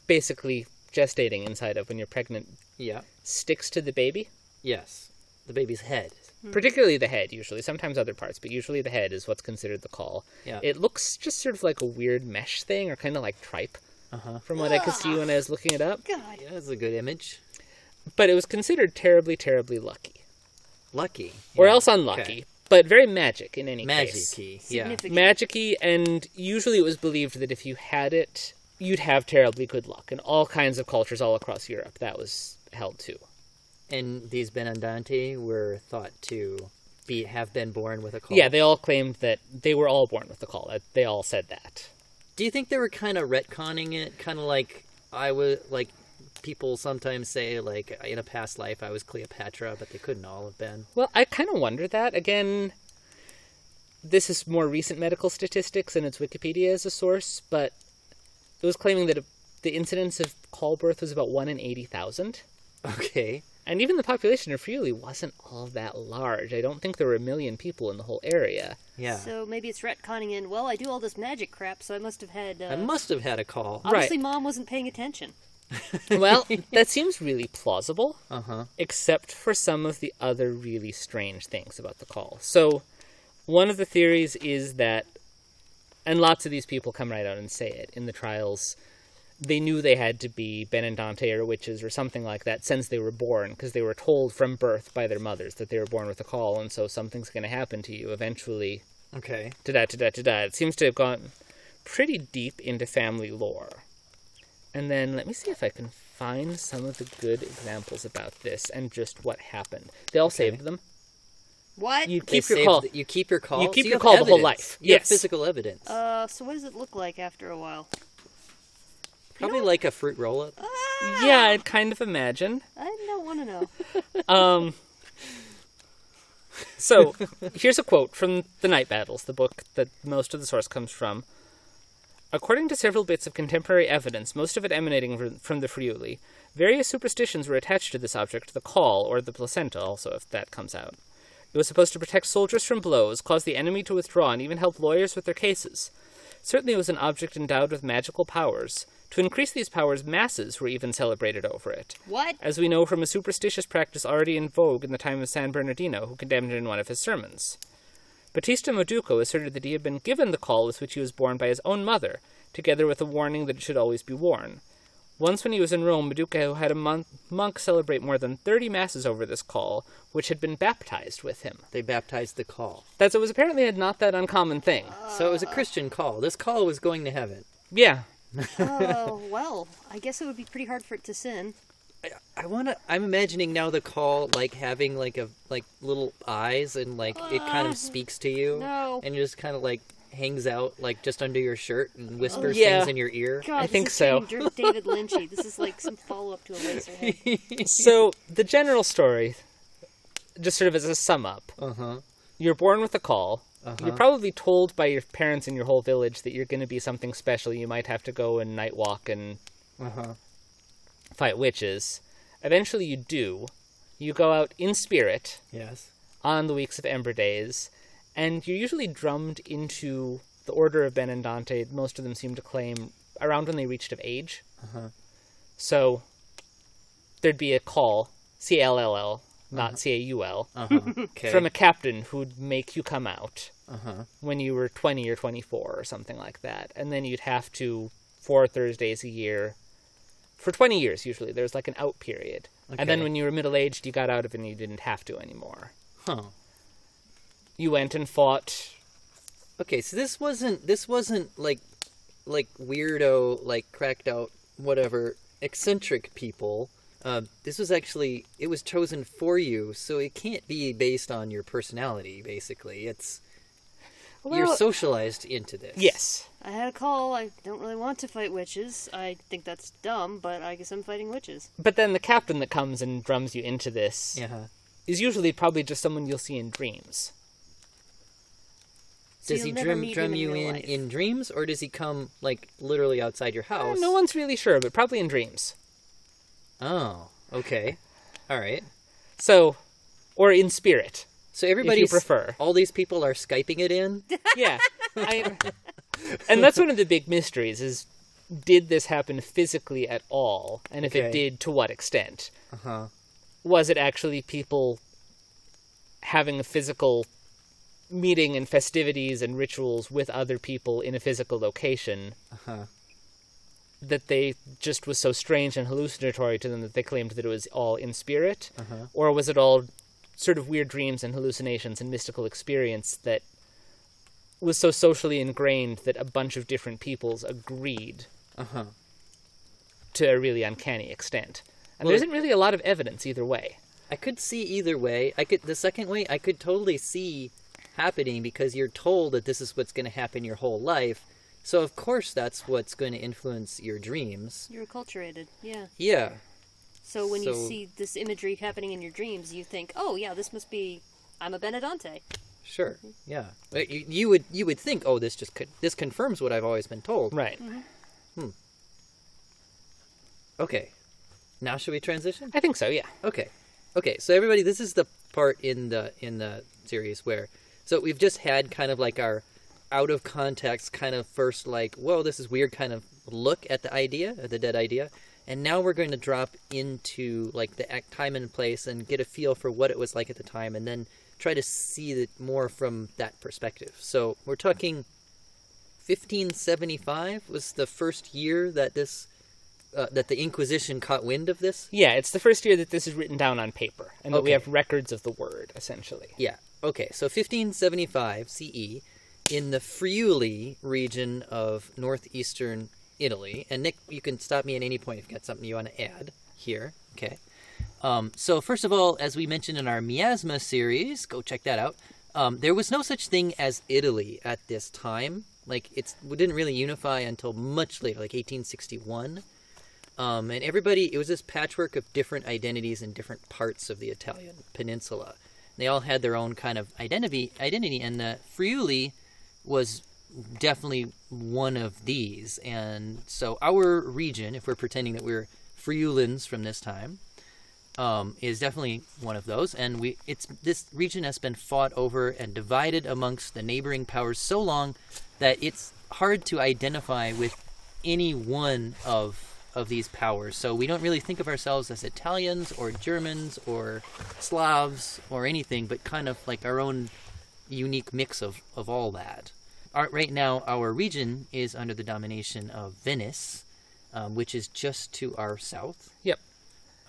basically gestating inside of when you're pregnant Yeah. sticks to the baby. Yes. The baby's head. particularly the head usually sometimes other parts but usually the head is what's considered the call Yeah. it looks just sort of like a weird mesh thing or kind of like tripe Uh-huh. from what i could see when i was looking it up God. Yeah, that's a good image. but it was considered terribly terribly lucky Lucky. or Yeah. else unlucky but very magic in any case Magic-y. Yeah. Significant. magicy and usually it was believed that if you had it you'd have terribly good luck in all kinds of cultures all across europe that was held to And these Benandante were thought to be have been born with a call. yeah they all claimed that they were all born with the call that they all said that Do you think they were kind of retconning it, kind of like I was like people sometimes say like in a past life I was Cleopatra, but they couldn't all have been. Well, I kind of wonder that. Again, this is more recent medical statistics, and it's Wikipedia as a source, but it was claiming that the incidence of call birth was about 1 in 80,000. Okay. And even the population of Friuli wasn't all that large. I don't think there were a million people in the whole area. Yeah. So maybe it's retconning in. Well, I do all this magic crap, so I must have had. Uh, I must have had a call. obviously, Right. mom wasn't paying attention. Well, that seems really plausible. Uh huh. except for some of the other really strange things about the call. So, one of the theories is that, and lots of these people come right out and say it in the trials, they knew they had to be Benendante or witches or something like that since they were born, because they were told from birth by their mothers that they were born with a call, and so something's going to happen to you eventually. Okay. Da da da da da da. It seems to have gone pretty deep into family lore. And then let me see if I can find some of the good examples about this and just what happened. They all saved them. What? You They keep your saved call. the- you keep your call. You keep so your have call the whole evidence. life. You have Yes. physical evidence. Uh, so what does it look like after a while? Probably like a fruit roll up. Ah, yeah, I'd kind of imagine. I don't want to know. Um, so here's a quote from The Night Battles, the book that most of the source comes from. According to several bits of contemporary evidence, most of it emanating fr- from the Friuli, various superstitions were attached to this object, the call, or the placenta, also, if that comes out. It was supposed to protect soldiers from blows, cause the enemy to withdraw, and even help lawyers with their cases. Certainly, it was an object endowed with magical powers. To increase these powers, masses were even celebrated over it What? as we know from a superstitious practice already in vogue in the time of San Bernardino, who condemned it in one of his sermons. Batista Moduco asserted that he had been given the call with which he was born by his own mother, together with a warning that it should always be worn. Once, when he was in Rome, Meduco had a mon- monk celebrate more than 30 masses over this call, which had been baptized with him. They baptized the call. That's it was apparently a not that uncommon thing. So it uh, was a Christian call. This call was going to heaven. Yeah. Oh, well, I guess it would be pretty hard for it to sin. I want to. I'm imagining now the call like having like a like little eyes and like it kind of speaks to you. no. And it just kind of like hangs out like just under your shirt and whispers Oh, Yeah. things in your ear. God, this think is so. getting Dirk David Lynchy. This is like some follow up to a laser so, the general story, just sort of as a sum up, Uh huh. you're born with a call. You're probably told by your parents and your whole village that you're going to be something special. You might have to go and night walk and Uh huh. fight witches. Eventually, you do. You go out in spirit Yes. on the weeks of Ember Days, and you're usually drummed into the Order of Benandante. Most of them seem to claim around when they reached of age. So there'd be a call, C L L L, not C A U L Uh huh. Okay. from a captain who'd make you come out Uh-huh. when you were 20 or 24 or something like that. And then you'd have to, four Thursdays a year, for 20 years usually, there's like an out period. And then Okay. when you were middle aged, you got out of it and you didn't have to anymore. huh. You went and fought. Okay. So this wasn't. This wasn't like like weirdo like cracked out whatever eccentric people. Uh, this was actually it was chosen for you, so it can't be based on your personality. Basically, it's you're socialized into this. Yes. I had a call. I don't really want to fight witches. I think that's dumb, but I guess I'm fighting witches. But then the captain that comes and drums you into this Yeah. is usually probably just someone you'll see in dreams. So Does you'll he never drum meet drum him in you real in life. in dreams, or does he come like literally outside your Uh, house? no one's really sure, but probably in dreams. Oh, okay. All right. So, or in spirit. So everybody's prefer. All these people are skyping it in. yeah I, and that's one of the big mysteries is did this happen physically at all and if Okay. it did to what extent Uh huh. was it actually people having a physical meeting and festivities and rituals with other people in a physical location that they just was so strange and hallucinatory to them that they claimed that it was all in spirit or was it all sort of weird dreams and hallucinations and mystical experience that was so socially ingrained that a bunch of different peoples agreed Uh-huh. to a really uncanny extent and Well- there isn't really a lot of evidence either way I could see either way. I could the second way I could totally see happening because you're told that this is what's going to happen your whole life. So of course that's what's going to influence your dreams. You're acculturated, yeah. Yeah. So when you So- see this imagery happening in your dreams, you think, oh, yeah, this must be. I'm a Benedante. Sure. Yeah. But you, you would you would think, "Oh, this just could, this confirms what I've always been told." right Okay. Now should we transition? i think so yeah Okay. Okay, so everybody, this is the part in the in the series where so we've just had kind of like our out of context kind of first like, whoa, this is weird kind of look at the idea, at the dead idea. And now we're going to drop into like the act time and place and get a feel for what it was like at the time and then try to see it more from that perspective. So we're talking 1575 was the first year that this uh, that the Inquisition caught wind of this. Yeah, it's the first year that this is written down on paper and that we Okay. have records of the word, essentially. Yeah. Okay. So 1575 CE E in the Friuli region of northeastern Italy. And Nick, you can stop me at any point if you've got something you want to add here. Okay. Um, so, first of all, as we mentioned in our Miasma series, go check that out. Um, there was no such thing as Italy at this time. Like, it's, it didn't really unify until much later, like 1861. Um, and everybody, it was this patchwork of different identities in different parts of the Italian peninsula. They all had their own kind of identity, identity, and the Friuli was definitely one of these. And so, our region, if we're pretending that we're Friulans from this time, um, is definitely one of those. And we, it's this region has been fought over and divided amongst the neighboring powers so long that it's hard to identify with any one of of these powers. So we don't really think of ourselves as Italians or Germans or Slavs or anything, but kind of like our own unique mix of, of all that. Our, right now, our region is under the domination of Venice, um, which is just to our south. Yep.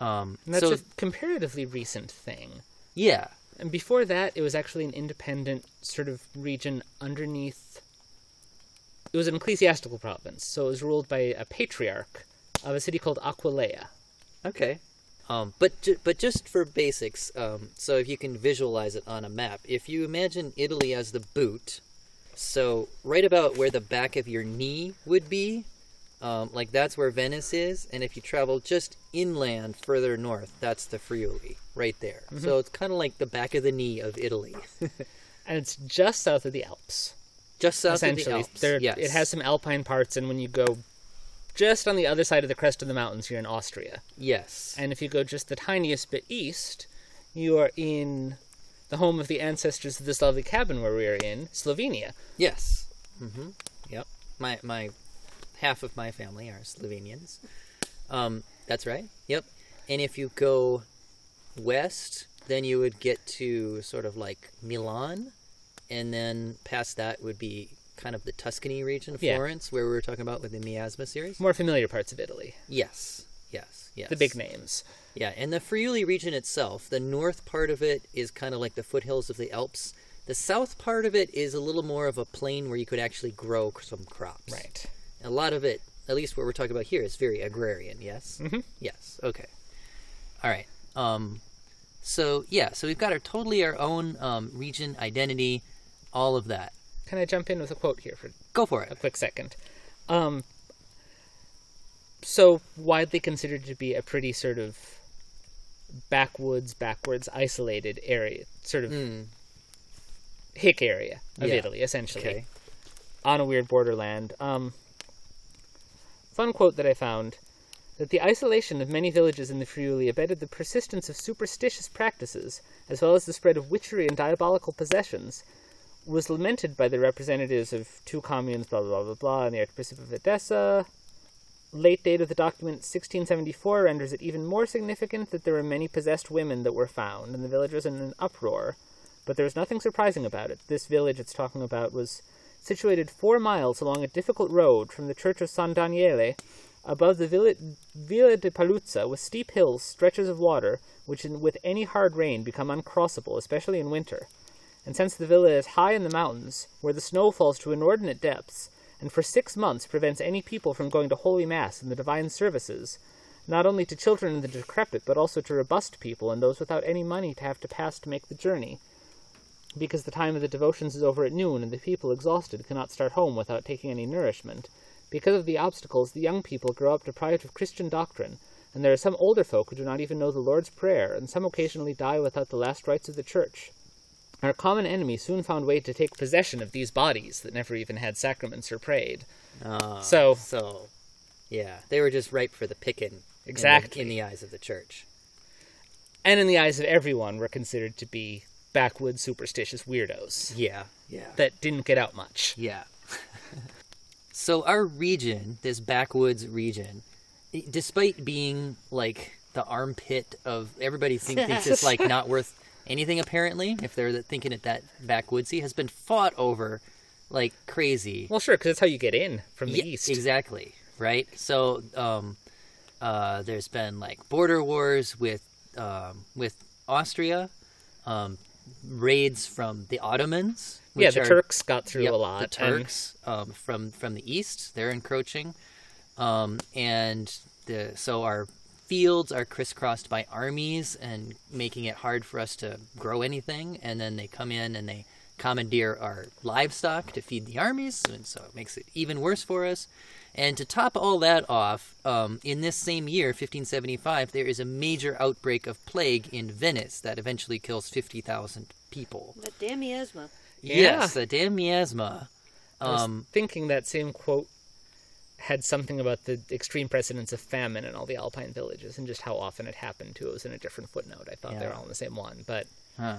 Um, And that's so a comparatively recent thing. yeah, And before that, it was actually an independent sort of region underneath. It was an ecclesiastical province, so it was ruled by a patriarch of a city called Aquileia. Okay. Um, but ju- but just for basics, um, so if you can visualize it on a map, if you imagine Italy as the boot, so right about where the back of your knee would be, um, like that's where Venice is, and if you travel just inland further north, that's the Friuli right there. Mm-hmm. So it's kind of like the back of the knee of Italy, And it's just south of the Alps. just south of the essentially, Alps. there, yes. it has some alpine parts, and when you go just on the other side of the crest of the mountains, you're in Austria. yes. And if you go just the tiniest bit east, you are in the home of the ancestors of this lovely cabin where we are in, Slovenia. Yes. Mm-hmm. hmm Yep. My my half of my family are Slovenians. Um, that's right. Yep. And if you go west, then you would get to sort of like Milan, and then past that would be kind of the Tuscany region, Yeah. Florence, where we were talking about with the Miasma series. More familiar parts of Italy, Yes. Yes. Yes. the big names. Yeah, and the Friuli region itself, the north part of it is kind of like the foothills of the Alps. The south part of it is a little more of a plain where you could actually grow c- some crops. Right. A lot of it, at least what we're talking about here, is very agrarian, yes? Mm-hmm. Yes, okay. All right. Um, so, yeah, so we've got our totally our own um, region, identity, all of that. Can I jump in with a quote here for Go for a it. quick second? Um, so widely considered to be a pretty sort of backwoods, backwards, isolated area, sort of hick area of Hmm. Yeah. Italy, essentially. Okay. on a weird borderland. Um, fun quote that I found that the isolation of many villages in the Friuli abetted the persistence of superstitious practices, as well as the spread of witchery and diabolical possessions, was lamented by the representatives of two communes, blah blah blah blah blah, and the Archbishop of Edessa. Late date of the document, 1674, renders it even more significant that there were many possessed women that were found, and the village was in an uproar. but there is nothing surprising about it. This village it's talking about was situated four miles along a difficult road from the church of San Daniele, above the Villa, Villa de Paluzza, with steep hills, stretches of water, which in, with any hard rain become uncrossable, especially in winter. And since the villa is high in the mountains, where the snow falls to inordinate depths, and for six months prevents any people from going to Holy Mass and the divine services, not only to children and the decrepit, but also to robust people and those without any money to have to pass to make the journey, because the time of the devotions is over at noon, and the people exhausted cannot start home without taking any nourishment. Because of the obstacles, the young people grow up deprived of Christian doctrine, and there are some older folk who do not even know the Lord's Prayer, and some occasionally die without the last rites of the Church. Our common enemy soon found way to take possession of these bodies that never even had sacraments or prayed. Ah, So- so, yeah, they were just ripe for the picking. in the- Exactly. in the eyes of the church. And in the eyes of everyone, were considered to be backwoods superstitious weirdos Yeah, yeah, that didn't get out much. yeah. so our region, this backwoods region, i- despite being like the armpit of everybody think, thinks it's like not worth anything apparently if they're thinking it that backwoodsy has been fought over like crazy Well, sure, because that's how you get in from the Yeah, east. Exactly. Right. So um, uh, there's been like border wars with um, with Austria, um, raids from the Ottomans. Yeah, which the are- Turks got through yep, a lot. The and- Turks um, from from the east, they're encroaching, um, and the so our fields are crisscrossed by armies and making it hard for us to grow anything. And then they come in and they commandeer our livestock to feed the armies, and so it makes it even worse for us. And to top all that off, um, in this same year, 1575, there is a major outbreak of plague in Venice that eventually kills 50,000 people. But damn miasma. Yes, the damn miasma. I was Um, thinking that same quote had something about the extreme precedence of famine in all the Alpine villages and just how often it happened too. It was in a different footnote. I thought they Yeah. were all in the same one, but huh.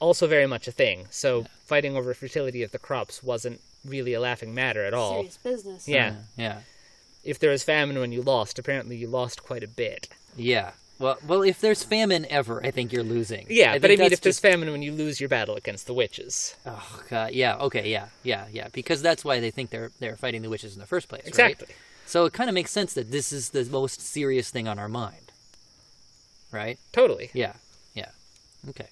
also very much a thing. So fighting over fertility of the crops wasn't really a laughing matter at all. Serious business. Oh. Yeah. yeah, If there was famine when you lost, apparently you lost quite a bit. yeah. Well, well, if there's famine ever, I think you're losing. Yeah, but think I mean, that's if there's just- famine when you lose your battle against the witches, oh god, yeah, okay, yeah, yeah, yeah, because that's why they think they're they're fighting the witches in the first place, right? exactly. So it kind of makes sense that this is the most serious thing on our mind, right? Totally. Yeah, yeah. Okay.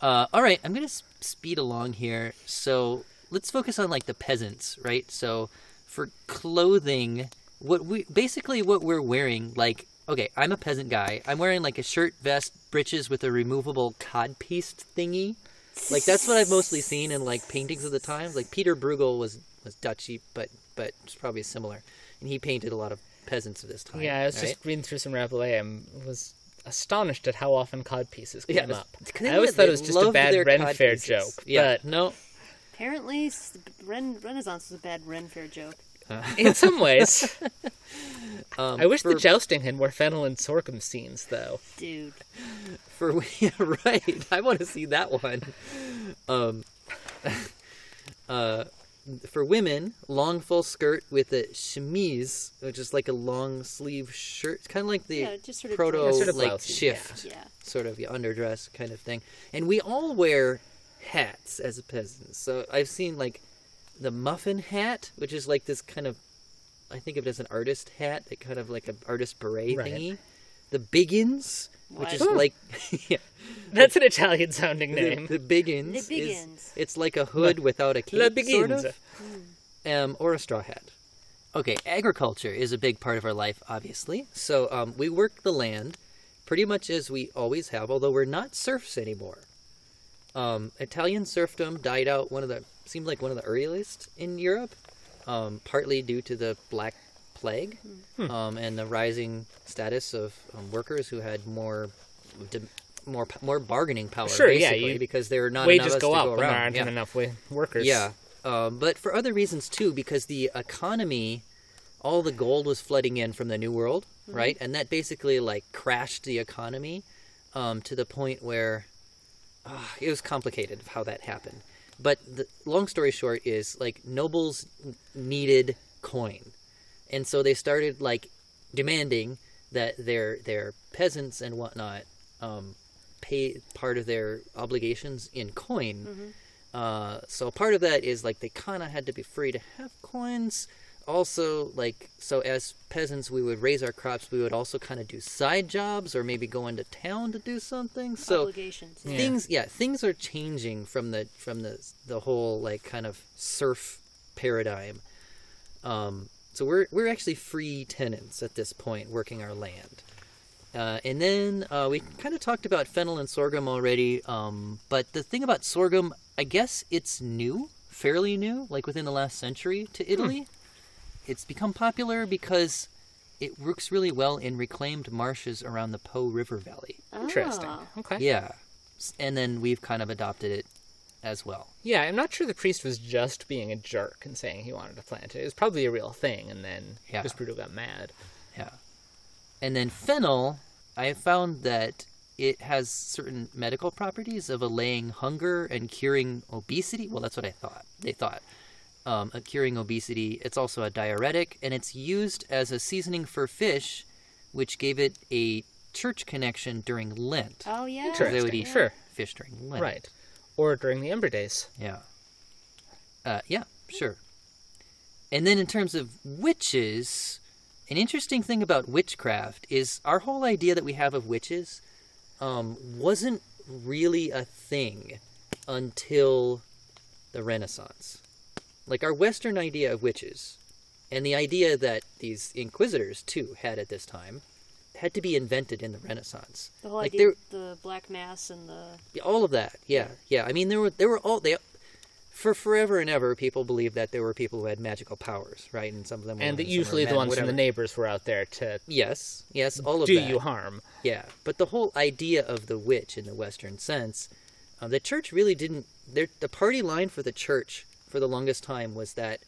Uh, all right, I'm gonna s- speed along here. So let's focus on like the peasants, right? So for clothing, what we basically what we're wearing, like okay, I'm a peasant guy. I'm wearing like a shirt, vest, breeches with a removable cod piece thingy. Like that's what I've mostly seen in like paintings of the time. Like Peter Bruegel was was Dutchy, but but it's probably similar, and he painted a lot of peasants of this time. Yeah, I was right? just reading through some Rabelais and was astonished at how often cod pieces came Yeah, it's- up. it's- I always they thought it was just a love bad their Ren cod Fair pieces. joke. Yeah, no, Apparently, s- Ren- Renaissance was a bad Ren Fair joke. But in some ways, um, I wish for, the jousting had more fennel and sorghum scenes, though. Dude. for yeah, right. I want to see that one. Um, uh, for women, long full skirt with a chemise, which is like a long sleeve shirt, kind of like the Yeah, just sort of proto dress. Yeah, sort of like blousey, shift, Yeah. sort of yeah, underdress kind of thing. And we all wear hats as peasants. So I've seen like the muffin hat, which is like this kind of I think of it as an artist hat, that kind of like an artist beret Right. thingy. The biggins, which What? is Huh. like yeah, That's an Italian sounding the, name. the biggins. The is- biggins. it's like a hood without a cape, La sort Biggins. of, Hmm. um, or a straw hat. Okay, agriculture is a big part of our life, obviously. So um, we work the land pretty much as we always have, although we're not serfs anymore. Um, Italian serfdom died out one of the seemed like one of the earliest in Europe, um, partly due to the Black Plague Hmm. um, and the rising status of um, workers who had more de- more p- more bargaining power, Sure, yeah, basically, you- because there are not enough Wages of go us up to when go there around. aren't yeah. enough wa- workers. Yeah, um, but for other reasons too, because the economy, all the gold was flooding in from the New World, right, and that basically like crashed the economy um, to the point where ah, it was complicated of how that happened. But the long story short is like nobles n- needed coin, and so they started like demanding that their their peasants and whatnot um, pay part of their obligations in coin. Uh, so part of that is like they kind of had to be free to have coins. Also, like so, as peasants, we would raise our crops. We would also kind of do side jobs or maybe go into town to do something. So Obligations. Yeah. things yeah things are changing from the from the the whole like kind of surf paradigm um so we're we're actually free tenants at this point working our land uh, and then uh, we kind of talked about fennel and sorghum already um, but the thing about sorghum i guess it's new fairly new like within the last century to italy it's become popular because it works really well in reclaimed marshes around the po river valley Interesting. Ah. Oh, Okay. yeah. S- And then we've kind of adopted it as well. Yeah, I'm not sure the priest was just being a jerk and saying he wanted to plant it. It was probably a real thing, and then Yeah. Vespudo got mad. Yeah. And then fennel, I found that it has certain medical properties of allaying hunger and curing obesity. Well, that's what I thought. They thought. Um, of curing obesity. It's also a diuretic, and it's used as a seasoning for fish, which gave it a church connection during Lent. Oh yeah. Interesting. They would eat Sure. fish during Lent. Right. Or during the Ember Days. Yeah. Uh, yeah, sure. And then in terms of witches, an interesting thing about witchcraft is our whole idea that we have of witches um, wasn't really a thing until the Renaissance. Like our Western idea of witches, and the idea that these inquisitors too had at this time, had to be invented in the Renaissance. The whole Like, idea, there- of the black mass and the yeah, all of that. Yeah, yeah. I mean, there were there were all they for forever and ever. People believed that there were people who had magical powers, right? And some of them, were and women, that some were usually the men, ones whatever. from the neighbors were out there to Yes, yes, all of do that. you harm. Yeah, but the whole idea of the witch in the Western sense, uh, the church really didn't. Their, the party line for the church for the longest time was that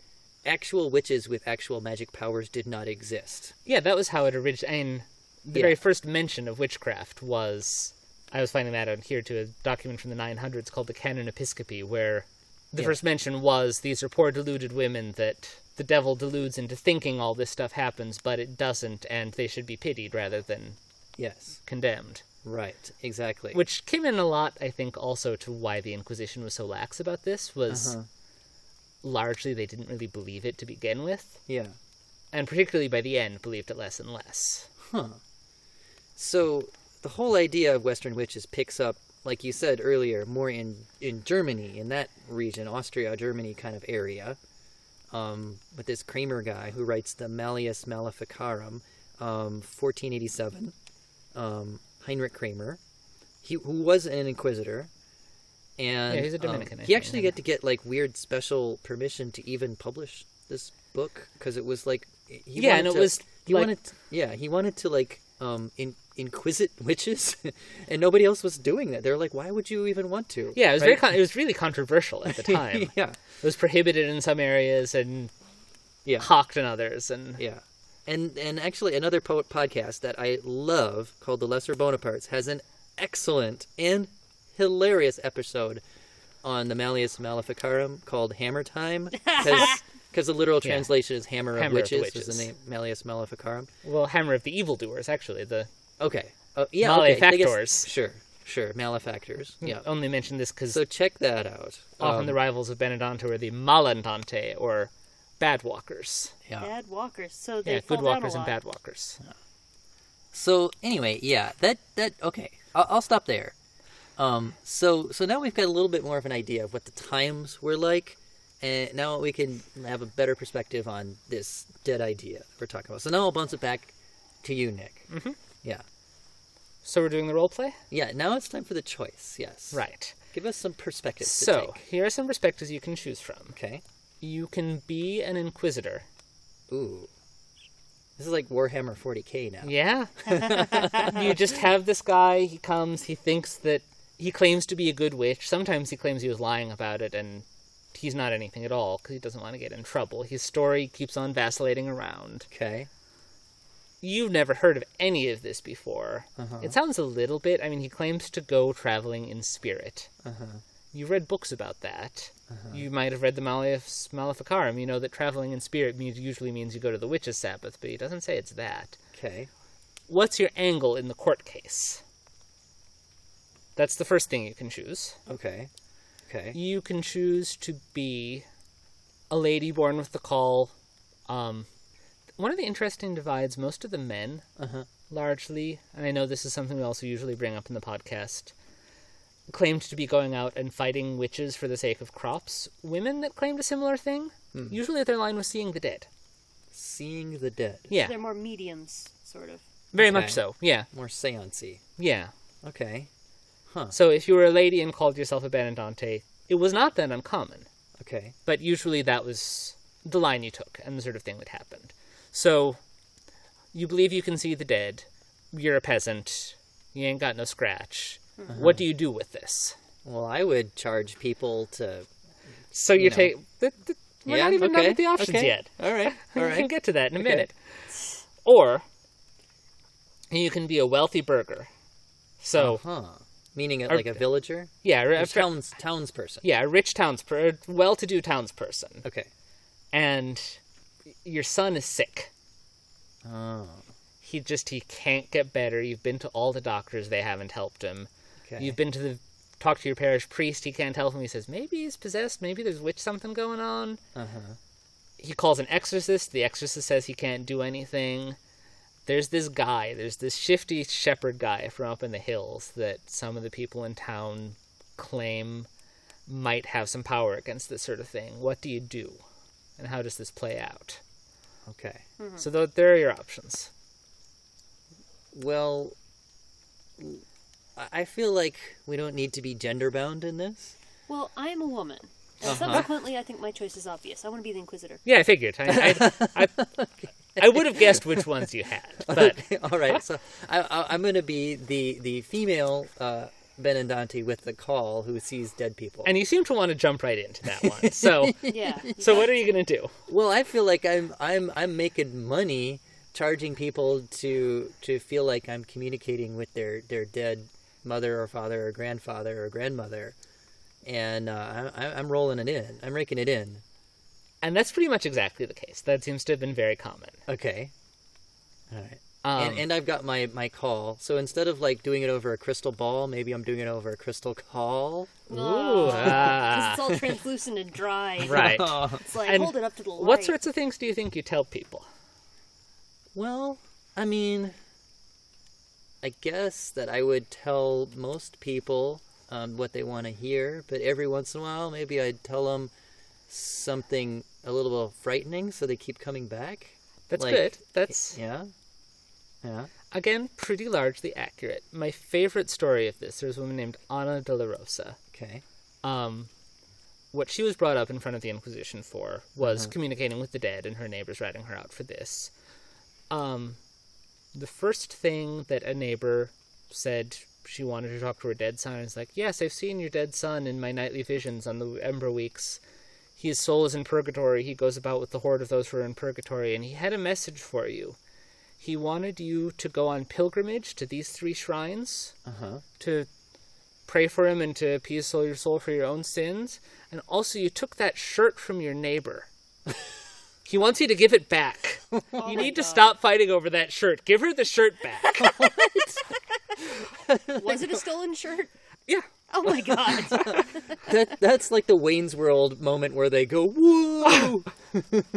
actual witches with actual magic powers did not exist. Yeah, that was how it originated. And the Yeah. very first mention of witchcraft was, I was finding that out here too, a document from the 900s called the Canon Episcopi, where the Yeah. first mention was these are poor deluded women that the devil deludes into thinking all this stuff happens, but it doesn't, and they should be pitied rather than Yes, condemned. right, exactly. Which came in a lot, I think, also to why the Inquisition was so lax about this, was Uh-huh. largely they didn't really believe it to begin with, yeah. and particularly by the end, believed it less and less. So the whole idea of Western witches picks up, like you said earlier, more in in Germany, in that region, Austria, Germany kind of area, um, with this Kramer guy who writes the Malleus Maleficarum, um, 1487, um, Heinrich Kramer, he who was an inquisitor. And Yeah, he's a um, Dominican, I he think, actually yeah. got to get like weird special permission to even publish this book because it was like he Yeah, wanted and it to- was, he like- wanted yeah, he wanted to like um in, inquisit witches, and nobody else was doing that. They're like, why would you even want to? Yeah, it was very Right? con- it was really controversial at the time. It yeah, was prohibited in some areas and yeah, hawked in others and yeah. And and actually, another po- podcast that I love called The Lesser Bonapartes has an excellent and hilarious episode on the Malleus Maleficarum called Hammer Time, because the literal Yeah. translation is Hammer, Hammer of of Witches, is Witches. the name Malleus Maleficarum. well, Hammer of the Evildoers actually the Okay, oh yeah, okay. I guess- Malefactors. Hmm. Sure, sure, malefactors. Yeah. only mentioned this because So check that out. often Um, the rivals of Benedante were the Malentante or Bad Walkers. yeah. bad walkers. So they Oh. Yeah, fall good walkers down and a lot. bad walkers. So anyway, yeah, that that okay. I'll, I'll stop there. Um, so so now we've got a little bit more of an idea of what the times were like, and now we can have a better perspective on this dead idea we're talking about. So now I'll bounce it back to you, Nick. Mm-hmm. Yeah, So we're doing the role play? yeah. Now it's time for the choice. Yes. Right. Give us some perspective. to So take. here are some perspectives you can choose from. okay. You can be an inquisitor. Ooh, this is like Warhammer 40k now. Yeah. you just have this guy, he comes, he thinks that he claims to be a good witch. Sometimes he claims he was lying about it and he's not anything at all because he doesn't want to get in trouble. His story keeps on vacillating around. Okay. You've never heard of any of this before. It sounds a little bit, I mean, he claims to go traveling in spirit. You've read books about that. You might have read the Malleus Maleficarum. You know that traveling in spirit means, usually means you go to the witches' Sabbath, but he doesn't say it's that Okay. what's your angle in the court case? That's the first thing you can choose. Okay. Okay. You can choose to be a lady born with the call. Um, one of the interesting divides, most of the men, Uh-huh. largely, and I know this is something we also usually bring up in the podcast, claimed to be going out and fighting witches for the sake of crops. Women that claimed a similar thing, Hmm. usually their line was seeing the dead. Seeing the dead. Yeah, They're more mediums, sort of. very Okay. much so. Yeah, More seancey. yeah. Okay. So if you were a lady and called yourself a Benedante, it was not that uncommon. Okay. but usually that was the line you took and the sort of thing that happened. So you believe you can see the dead, you're a peasant, you ain't got no scratch. What do you do with this? Well, I would charge people to. So you No. take th- th- we're Yeah, not even done okay, with the options okay. yet. All right. All We can right. get to that in a minute. Or you can be a wealthy burgher. So huh. Meaning it Or- like a villager? yeah, a, A a, towns, townsperson. yeah, a rich townsperson, well-to-do townsperson, Okay. and your son is sick. Oh. he just he can't get better. You've been to all the doctors, they haven't helped him. Okay. You've been to the talked to your parish priest, he can't help him. He says maybe he's possessed, maybe there's witch something going on. Uh-huh. He calls an exorcist. The exorcist says he can't do anything. There's this guy, there's this shifty shepherd guy from up in the hills that some of the people in town claim might have some power against this sort of thing. What do you do? And how does this play out? Okay. So tho- there are your options. Well, I- I feel like we don't need to be gender bound in this. Well, I am a woman. Uh-huh. And subsequently, I think my choice is obvious. I want to be the Inquisitor. Yeah, I figured. I, I, I, I would have guessed which ones you had, but All right, so I, I, I'm going to be the the female uh, Benandante with the call who sees dead people. and you seem to want to jump right into that one. So, Yeah. so what are you gonna do? well, I feel like I'm I'm I'm making money charging people to to feel like I'm communicating with their their dead mother or father or grandfather or grandmother, and uh, I, I'm rolling it in. I'm raking it in. And that's pretty much exactly the case. That seems to have been very common. Okay. All right. Um, and, and I've got my, my call. So instead of like doing it over a crystal ball, maybe I'm doing it over a crystal call. ooh, Because ah, it's all translucent and dry. and right. Oh, It's like, And hold it up to the light. What sorts of things do you think you tell people? Well, I mean, I guess that I would tell most people um, what they want to hear, but every once in a while, maybe I'd tell them something a little bit frightening so they keep coming back. That's Like- good. That's Yeah. Yeah. again pretty largely accurate. My favorite story of this, there's a woman named Ana de la Rosa. Okay. um, what she was brought up in front of the Inquisition for was communicating with the dead, and her neighbors ratting her out for this. Um, the first thing that a neighbor said she wanted to talk to her dead son is like, "Yes, I've seen your dead son in my nightly visions on the Ember weeks. His soul is in purgatory. He goes about with the horde of those who are in purgatory, and he had a message for you. He wanted you to go on pilgrimage to these three shrines." Uh huh. to pray for him and to appease all your soul for your own sins. And also, you took that shirt from your neighbor. he wants you to give it back. you need to stop fighting over that shirt. Give her the shirt back. Was it a stolen shirt? yeah. Oh my god. That that's like the Wayne's World moment where they go woo.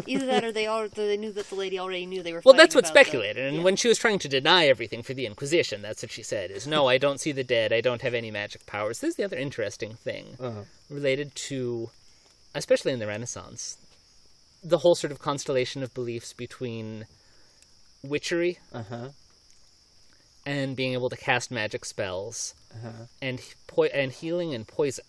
Either that or they all they knew that the lady already knew they were Well, fighting that's what's about the- speculated. And when she was trying to deny everything for the Inquisition, that's what she said: "Is no, I don't see the dead. I don't have any magic powers." This is the other interesting thing related to, especially in the Renaissance, the whole sort of constellation of beliefs between witchery Uh huh. and being able to cast magic spells and po- and healing and poison.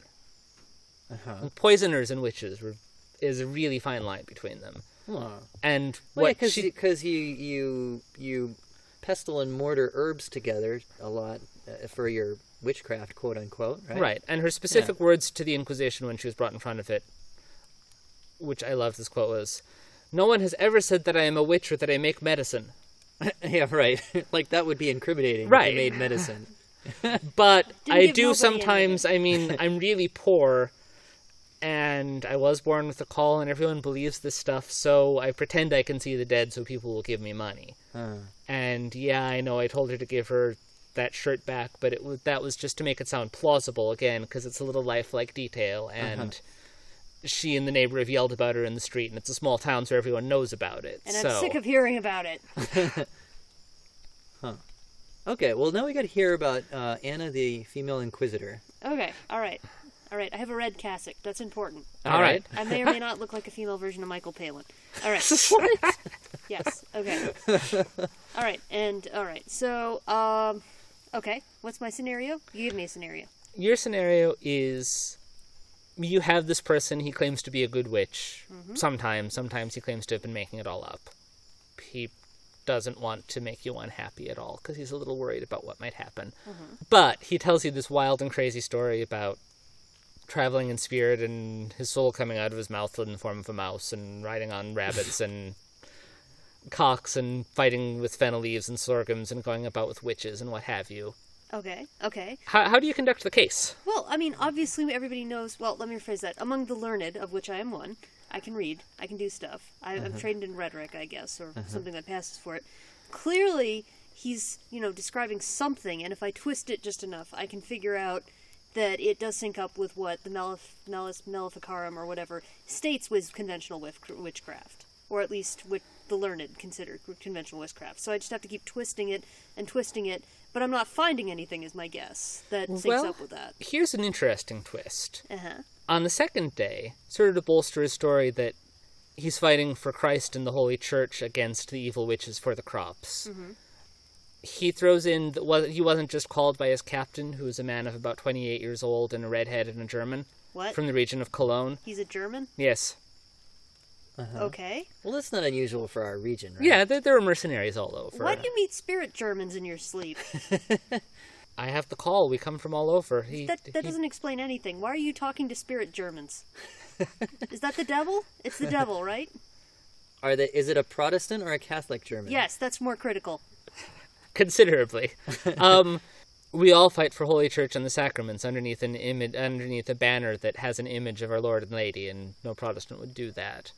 And poisoners and witches were, is a really fine line between them. Huh. And Well, what because she, because you you you pestle and mortar herbs together a lot uh, for your witchcraft, quote unquote, right? Right. And her specific words to the Inquisition when she was brought in front of it, which I love this quote, was No one has ever said that I am a witch or that I make medicine, yeah, right. like that would be incriminating. If Right. you made medicine. but Didn't I give do nobody sometimes. I mean, I'm really poor and I was born with a call and everyone believes this stuff, so I pretend I can see the dead so people will give me money. Uh, And yeah, I know I told her to give her that shirt back, but it was that was just to make it sound plausible again because it's a little lifelike detail and. She and the neighbor have yelled about her in the street, and it's a small town, so everyone knows about it. And so, I'm sick of hearing about it. Okay, well now we got to hear about uh, Anna the female inquisitor. Okay, all right. All right, I have a red cassock. That's important. all right. I may or may not look like a female version of Michael Palin. All right. Yes. Okay. All right. And all right. So, um, okay. What's my scenario? You give me a scenario. your scenario is you have this person he claims to be a good witch sometimes sometimes he claims to have been making it all up he doesn't want to make you unhappy at all because he's a little worried about what might happen but he tells you this wild and crazy story about traveling in spirit and his soul coming out of his mouth in the form of a mouse and riding on rabbits and cocks and fighting with fennel leaves and sorghums and going about with witches and what have you Okay. Okay. how, how do you conduct the case Well, I mean, obviously, everybody knows. Well, let me rephrase that. Among the learned, of which I am one, I can read, I can do stuff. I, I'm trained in rhetoric, I guess, or something that passes for it. Clearly, he's, you know, describing something, and if I twist it just enough, I can figure out that it does sync up with what the Malef- Malus Maleficarum or whatever states was conventional wif- witchcraft, or at least what the learned consider conventional witchcraft. So I just have to keep twisting it and twisting it, but I'm not finding anything, is my guess, that syncs Well, up with that. here's an interesting twist. Uh huh. On the second day, sort of to bolster his story that he's fighting for Christ and the Holy Church against the evil witches for the crops, Mm-hmm. he throws in that wa- he wasn't just called by his captain, who is a man of about 28 years old and a redhead and a German What? from the region of Cologne. He's a German? Yes. Uh-huh. Okay. Well, that's not unusual for our region, right? Yeah, there, there are mercenaries all over. Why do you meet spirit Germans in your sleep? I have the call. We come from all over. He, That he- that doesn't explain anything. Why are you talking to spirit Germans? Is that the devil? It's the devil, right? Are they? Is it a Protestant or a Catholic German? Yes, that's more critical. considerably. um, we all fight for Holy Church and the sacraments underneath an image, underneath a banner that has an image of Our Lord and Lady, and no Protestant would do that.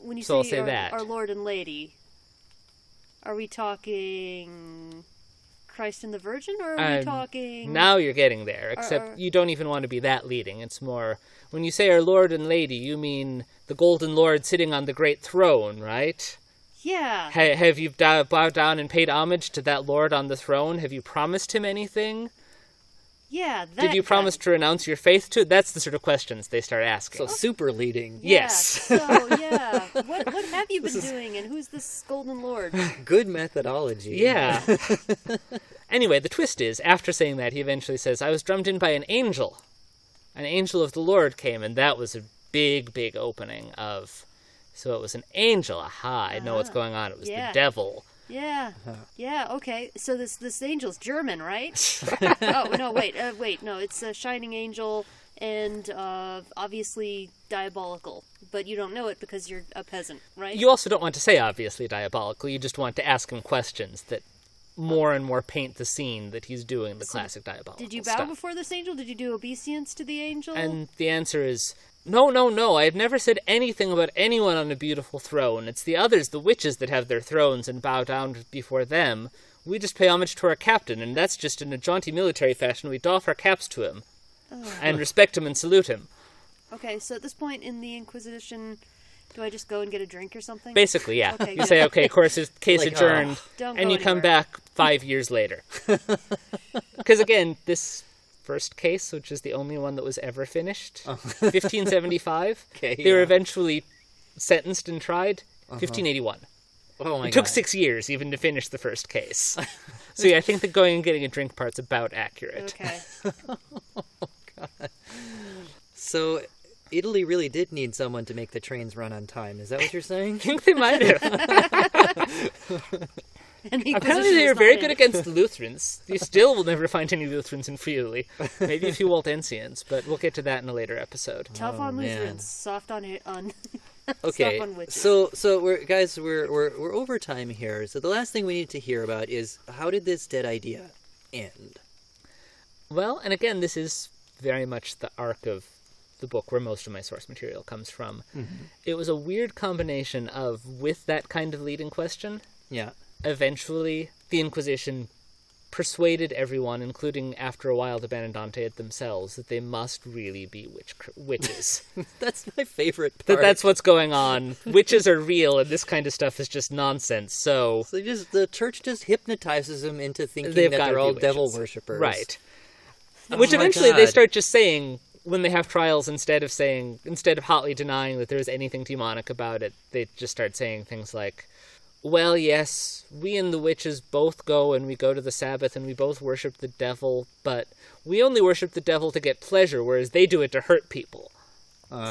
When you So I'll say, say our, that. our Lord and Lady, are we talking Christ and the Virgin, or are Um, we talking? Now you're getting there, except or- you don't even want to be that leading. It's more when you say Our Lord and Lady, you mean the Golden Lord sitting on the great throne, right? Yeah. Ha- have you da- bowed down and paid homage to that Lord on the throne? Have you promised him anything? Yeah. That Did you guy. promise to renounce your faith to? That's the sort of questions they start asking. So super leading. Yeah, yes. so yeah, what what have you been doing, and who's this Golden Lord? Good methodology. Yeah. anyway, the twist is, after saying that, he eventually says, I was drummed in by an angel. An angel of the Lord came, and that was a big, big opening of. So it was an angel. Aha, I know what's going on. It was Ah, yeah. the devil. Yeah. Yeah. Okay. So this this angel's German, right? oh no! Wait. Uh, wait. No, it's a shining angel and uh, obviously diabolical, but you don't know it because you're a peasant, right? You also don't want to say, obviously, diabolical. You just want to ask him questions that more and more paint the scene that he's doing the classic diabolical Did you bow stuff. before this angel? Did you do obeisance to the angel? And the answer is no, no, no. I have never said anything about anyone on a beautiful throne. It's the others, the witches, that have their thrones and bow down before them. We just pay homage to our captain, and that's just in a jaunty military fashion. We doff our caps to him and respect him and salute him. okay. So at this point in the Inquisition, do I just go and get a drink or something? Basically, yeah. Okay, you good. say, okay, course, is- case Like, oh. adjourned, Don't and go you come anywhere. back five years later. Because again, this first case, which is the only one that was ever finished, 1575, Oh. Okay, they were yeah. eventually sentenced and tried. 1581. Oh my It took God. six years even to finish the first case. so yeah, I think that going and getting a drink part's about accurate. Okay. So Italy really did need someone to make the trains run on time. Is that what you're saying? I think they might have. And the Apparently, Inquisition they was were not very in. good against the Lutherans. You still will never find any Lutherans in Friuli. Maybe a few Waldensians, but we'll get to that in a later episode. Tough on man. Lutherans, soft on on. okay. on witches. So so we're guys we're we're we're over time here. So the last thing we need to hear about is how did this dead idea end? Well, and again, this is very much the arc of the book where most of my source material comes from. It was a weird combination of with that kind of leading question Yeah. eventually the Inquisition persuaded everyone, including after a while the Benedante themselves, that they must really be witch witches. That's my favorite part. that that's what's going on. Witches are real, and this kind of stuff is just nonsense. So So they just the church just hypnotizes them into thinking They've that gotta they're be all witches. devil worshippers. Oh right, which my eventually they God. start just saying when they have trials instead of saying instead of hotly denying that there's anything demonic about it, they just start saying things like. Well, yes, we and the witches both go and we go to the Sabbath and we both worship the devil, but we only worship the devil to get pleasure, whereas they do it to hurt people.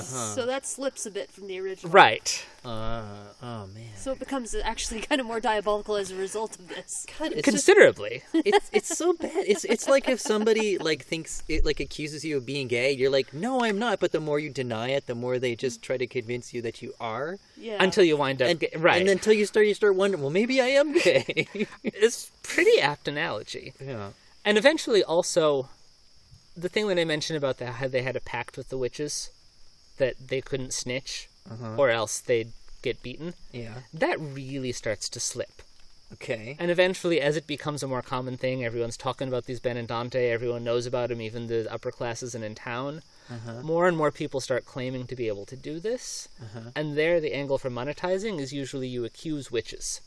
So that slips a bit from the original. Right. Uh, oh man. So it becomes actually kind of more diabolical as a result of this. It's just- Considerably. it's it's so bad. It's it's like if somebody like thinks it like accuses you of being gay, you're like, "No, I'm not." But the more you deny it, the more they just try to convince you that you are. Yeah. until you wind up And get- right. And until you start you start wondering, "Well, maybe I am gay." it's pretty apt analogy. yeah. And eventually, also, the thing that I mentioned about that how they had a pact with the witches that they couldn't snitch or else they'd get beaten. Yeah. That really starts to slip. Okay. And eventually, as it becomes a more common thing, everyone's talking about these Benedante, everyone knows about them, even the upper classes and in town. More and more people start claiming to be able to do this. And there, the angle for monetizing is usually you accuse witches.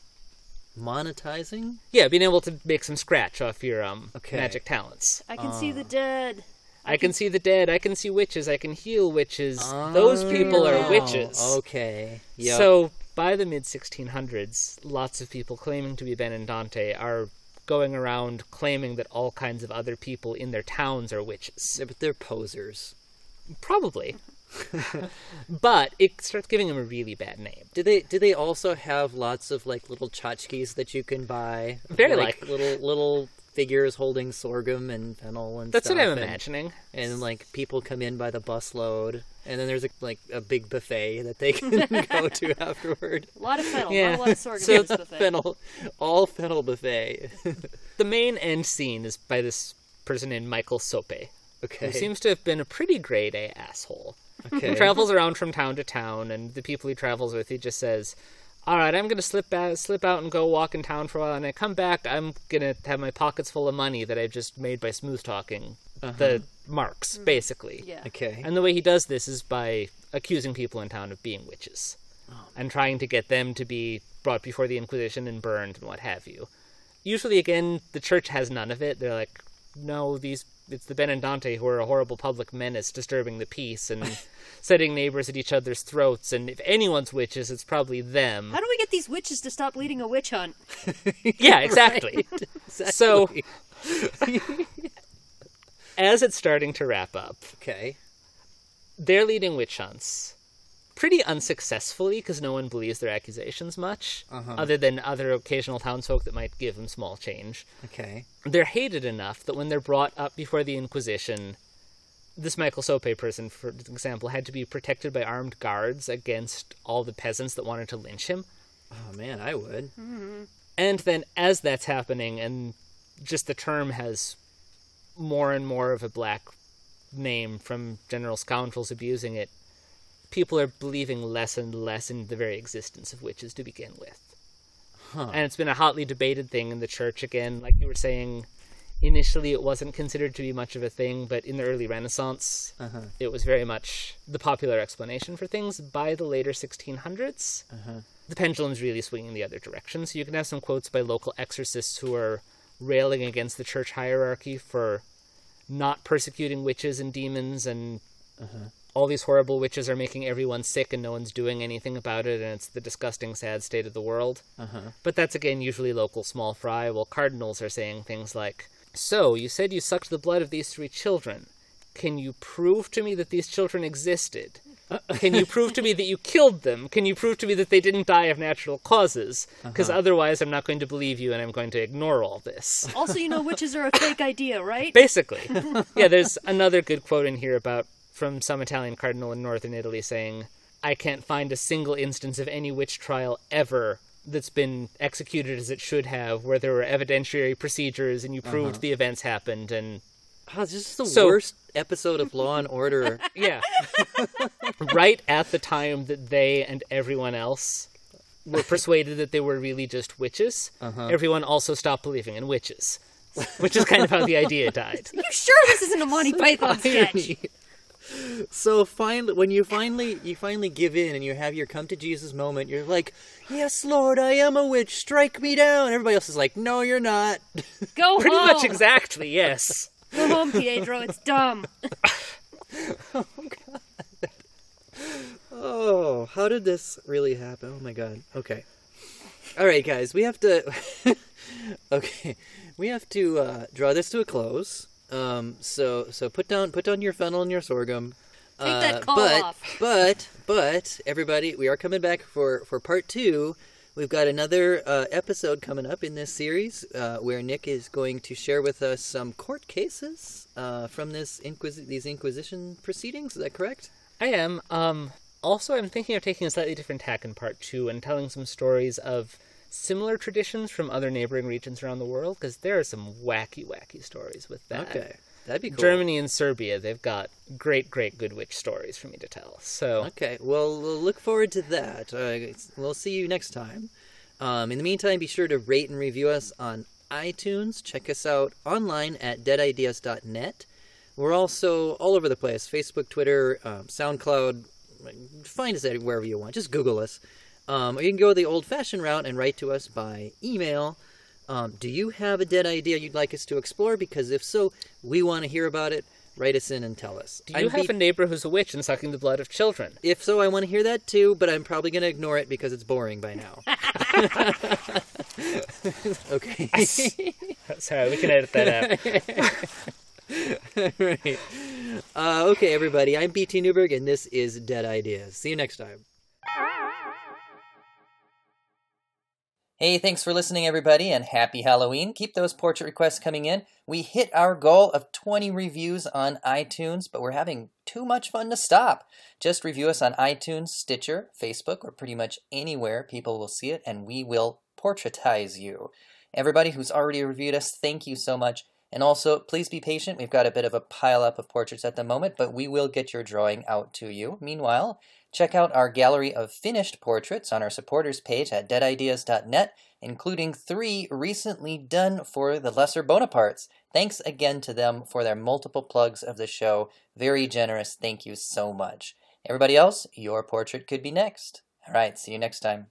Monetizing? Yeah, being able to make some scratch off your um Okay. magic talents. I can see the dead. I can see the dead. I can see witches. I can heal witches. Those people are Oh, witches. Okay. Yeah. So by the mid 1600s, lots of people claiming to be Benedante are going around claiming that all kinds of other people in their towns are witches. but they're posers. Probably. but it starts giving them a really bad name. Do they do they also have lots of like little tchotchkes that you can buy? Very like likely. little little figures holding sorghum and fennel and That's stuff. what I'm and- imagining. and like people come in by the busload, and then there's a, like a big buffet that they can go to afterward. A lot of fennel. Yeah. Not a lot of sorghum. So in it's this buffet. Fennel, all fennel buffet. The main end scene is by this person named Michael Sope. okay, who seems to have been a pretty grade A asshole. He okay. travels around from town to town, and the people he travels with, he just says, "All right, I'm gonna slip out, slip out and go walk in town for a while, and I come back, I'm gonna have my pockets full of money that I just made by smooth talking the marks, basically." Yeah. okay. And the way he does this is by accusing people in town of being witches and trying to get them to be brought before the Inquisition and burned and what have you. Usually, again, the church has none of it. They're like, no, these it's the Benedante who are a horrible public menace, disturbing the peace and setting neighbors at each other's throats. And if anyone's witches, it's probably them. How do we get these witches to stop leading a witch hunt? Yeah, exactly. So, as it's starting to wrap up, okay. they're leading witch hunts pretty unsuccessfully because no one believes their accusations much other than other occasional townsfolk that might give them small change Okay. they're hated enough that when they're brought up before the inquisition this michael sope person for example had to be protected by armed guards against all the peasants that wanted to lynch him Oh man, I would. Hmm. and then as that's happening and just the term has more and more of a black name from general scoundrels abusing it people are believing less and less in the very existence of witches to begin with and it's been a hotly debated thing in the church again like you were saying initially it wasn't considered to be much of a thing but in the early renaissance it was very much the popular explanation for things by the later 1600s the pendulum's really swinging the other direction. So you can have some quotes by local exorcists who are railing against the church hierarchy for not persecuting witches and demons and all these horrible witches are making everyone sick and no one's doing anything about it and it's the disgusting sad state of the world but that's again usually local small fry while cardinals are saying things like so you said you sucked the blood of these three children can you prove to me that these children existed can you prove to me that you killed them can you prove to me that they didn't die of natural causes because otherwise i'm not going to believe you and i'm going to ignore all this Also, you know, witches are a fake idea, right? basically. yeah, there's another good quote in here about from some Italian cardinal in northern Italy saying, "I can't find a single instance of any witch trial ever that's been executed as it should have, where there were evidentiary procedures and you proved the events happened." And Oh, this is the So- worst episode of Law and Order. yeah, right at the time that they and everyone else were persuaded that they were really just witches, everyone also stopped believing in witches. which is kind of how the idea died. You sure this isn't a Monty Python sketch? Irony. So finally, when you finally you finally give in and you have your come to Jesus moment, you're like, "Yes, Lord, I am a witch. Strike me down." Everybody else is like, "No, you're not." Go Pretty home. much exactly, yes. Go home, Pietro. It's dumb. Oh, how did this really happen? Oh my god. Okay. All right, guys, we have to. okay, we have to uh, draw this to a close. Um, so so put down put down your fennel and your sorghum. Uh, Take that call but, off. But but everybody, we are coming back for for part two. We've got another uh, episode coming up in this series uh, where Nick is going to share with us some court cases uh, from this inquis- these Inquisition proceedings. Is that correct? I am. Um, also, I'm thinking of taking a slightly different tack in part two and telling some stories of similar traditions from other neighboring regions around the world because there are some wacky, wacky stories with that. Okay, that'd be cool. Germany and Serbia, they've got great, great good witch stories for me to tell. So, Okay, well, we'll look forward to that. Uh, we'll see you next time. Um, in the meantime, be sure to rate and review us on iTunes. Check us out online at deadideas.net. We're also all over the place Facebook, Twitter, um, SoundCloud. Find us at wherever you want. Just Google us. Um, or you can go the old fashioned route and write to us by email. Um, do you have a dead idea you'd like us to explore? Because if so, we want to hear about it. Write us in and tell us. do you I'm have be- a neighbor who's a witch and sucking the blood of children? if so, I want to hear that too, but I'm probably going to ignore it because it's boring by now. okay. Sorry, we can edit that out. right. Uh, okay, everybody. I'm BT Newberg, and this is Dead Ideas. See you next time. Hey, thanks for listening, everybody, and happy Halloween. Keep those portrait requests coming in. We hit our goal of 20 reviews on iTunes, but we're having too much fun to stop. Just review us on iTunes, Stitcher, Facebook, or pretty much anywhere people will see it, and we will portraitize you. Everybody who's already reviewed us, thank you so much. And also, please be patient. We've got a bit of a pile up of portraits at the moment, but we will get your drawing out to you. Meanwhile, check out our gallery of finished portraits on our supporters page at deadideas.net, including three recently done for the Lesser Bonapartes. Thanks again to them for their multiple plugs of the show. Very generous. Thank you so much. Everybody else, your portrait could be next. All right, see you next time.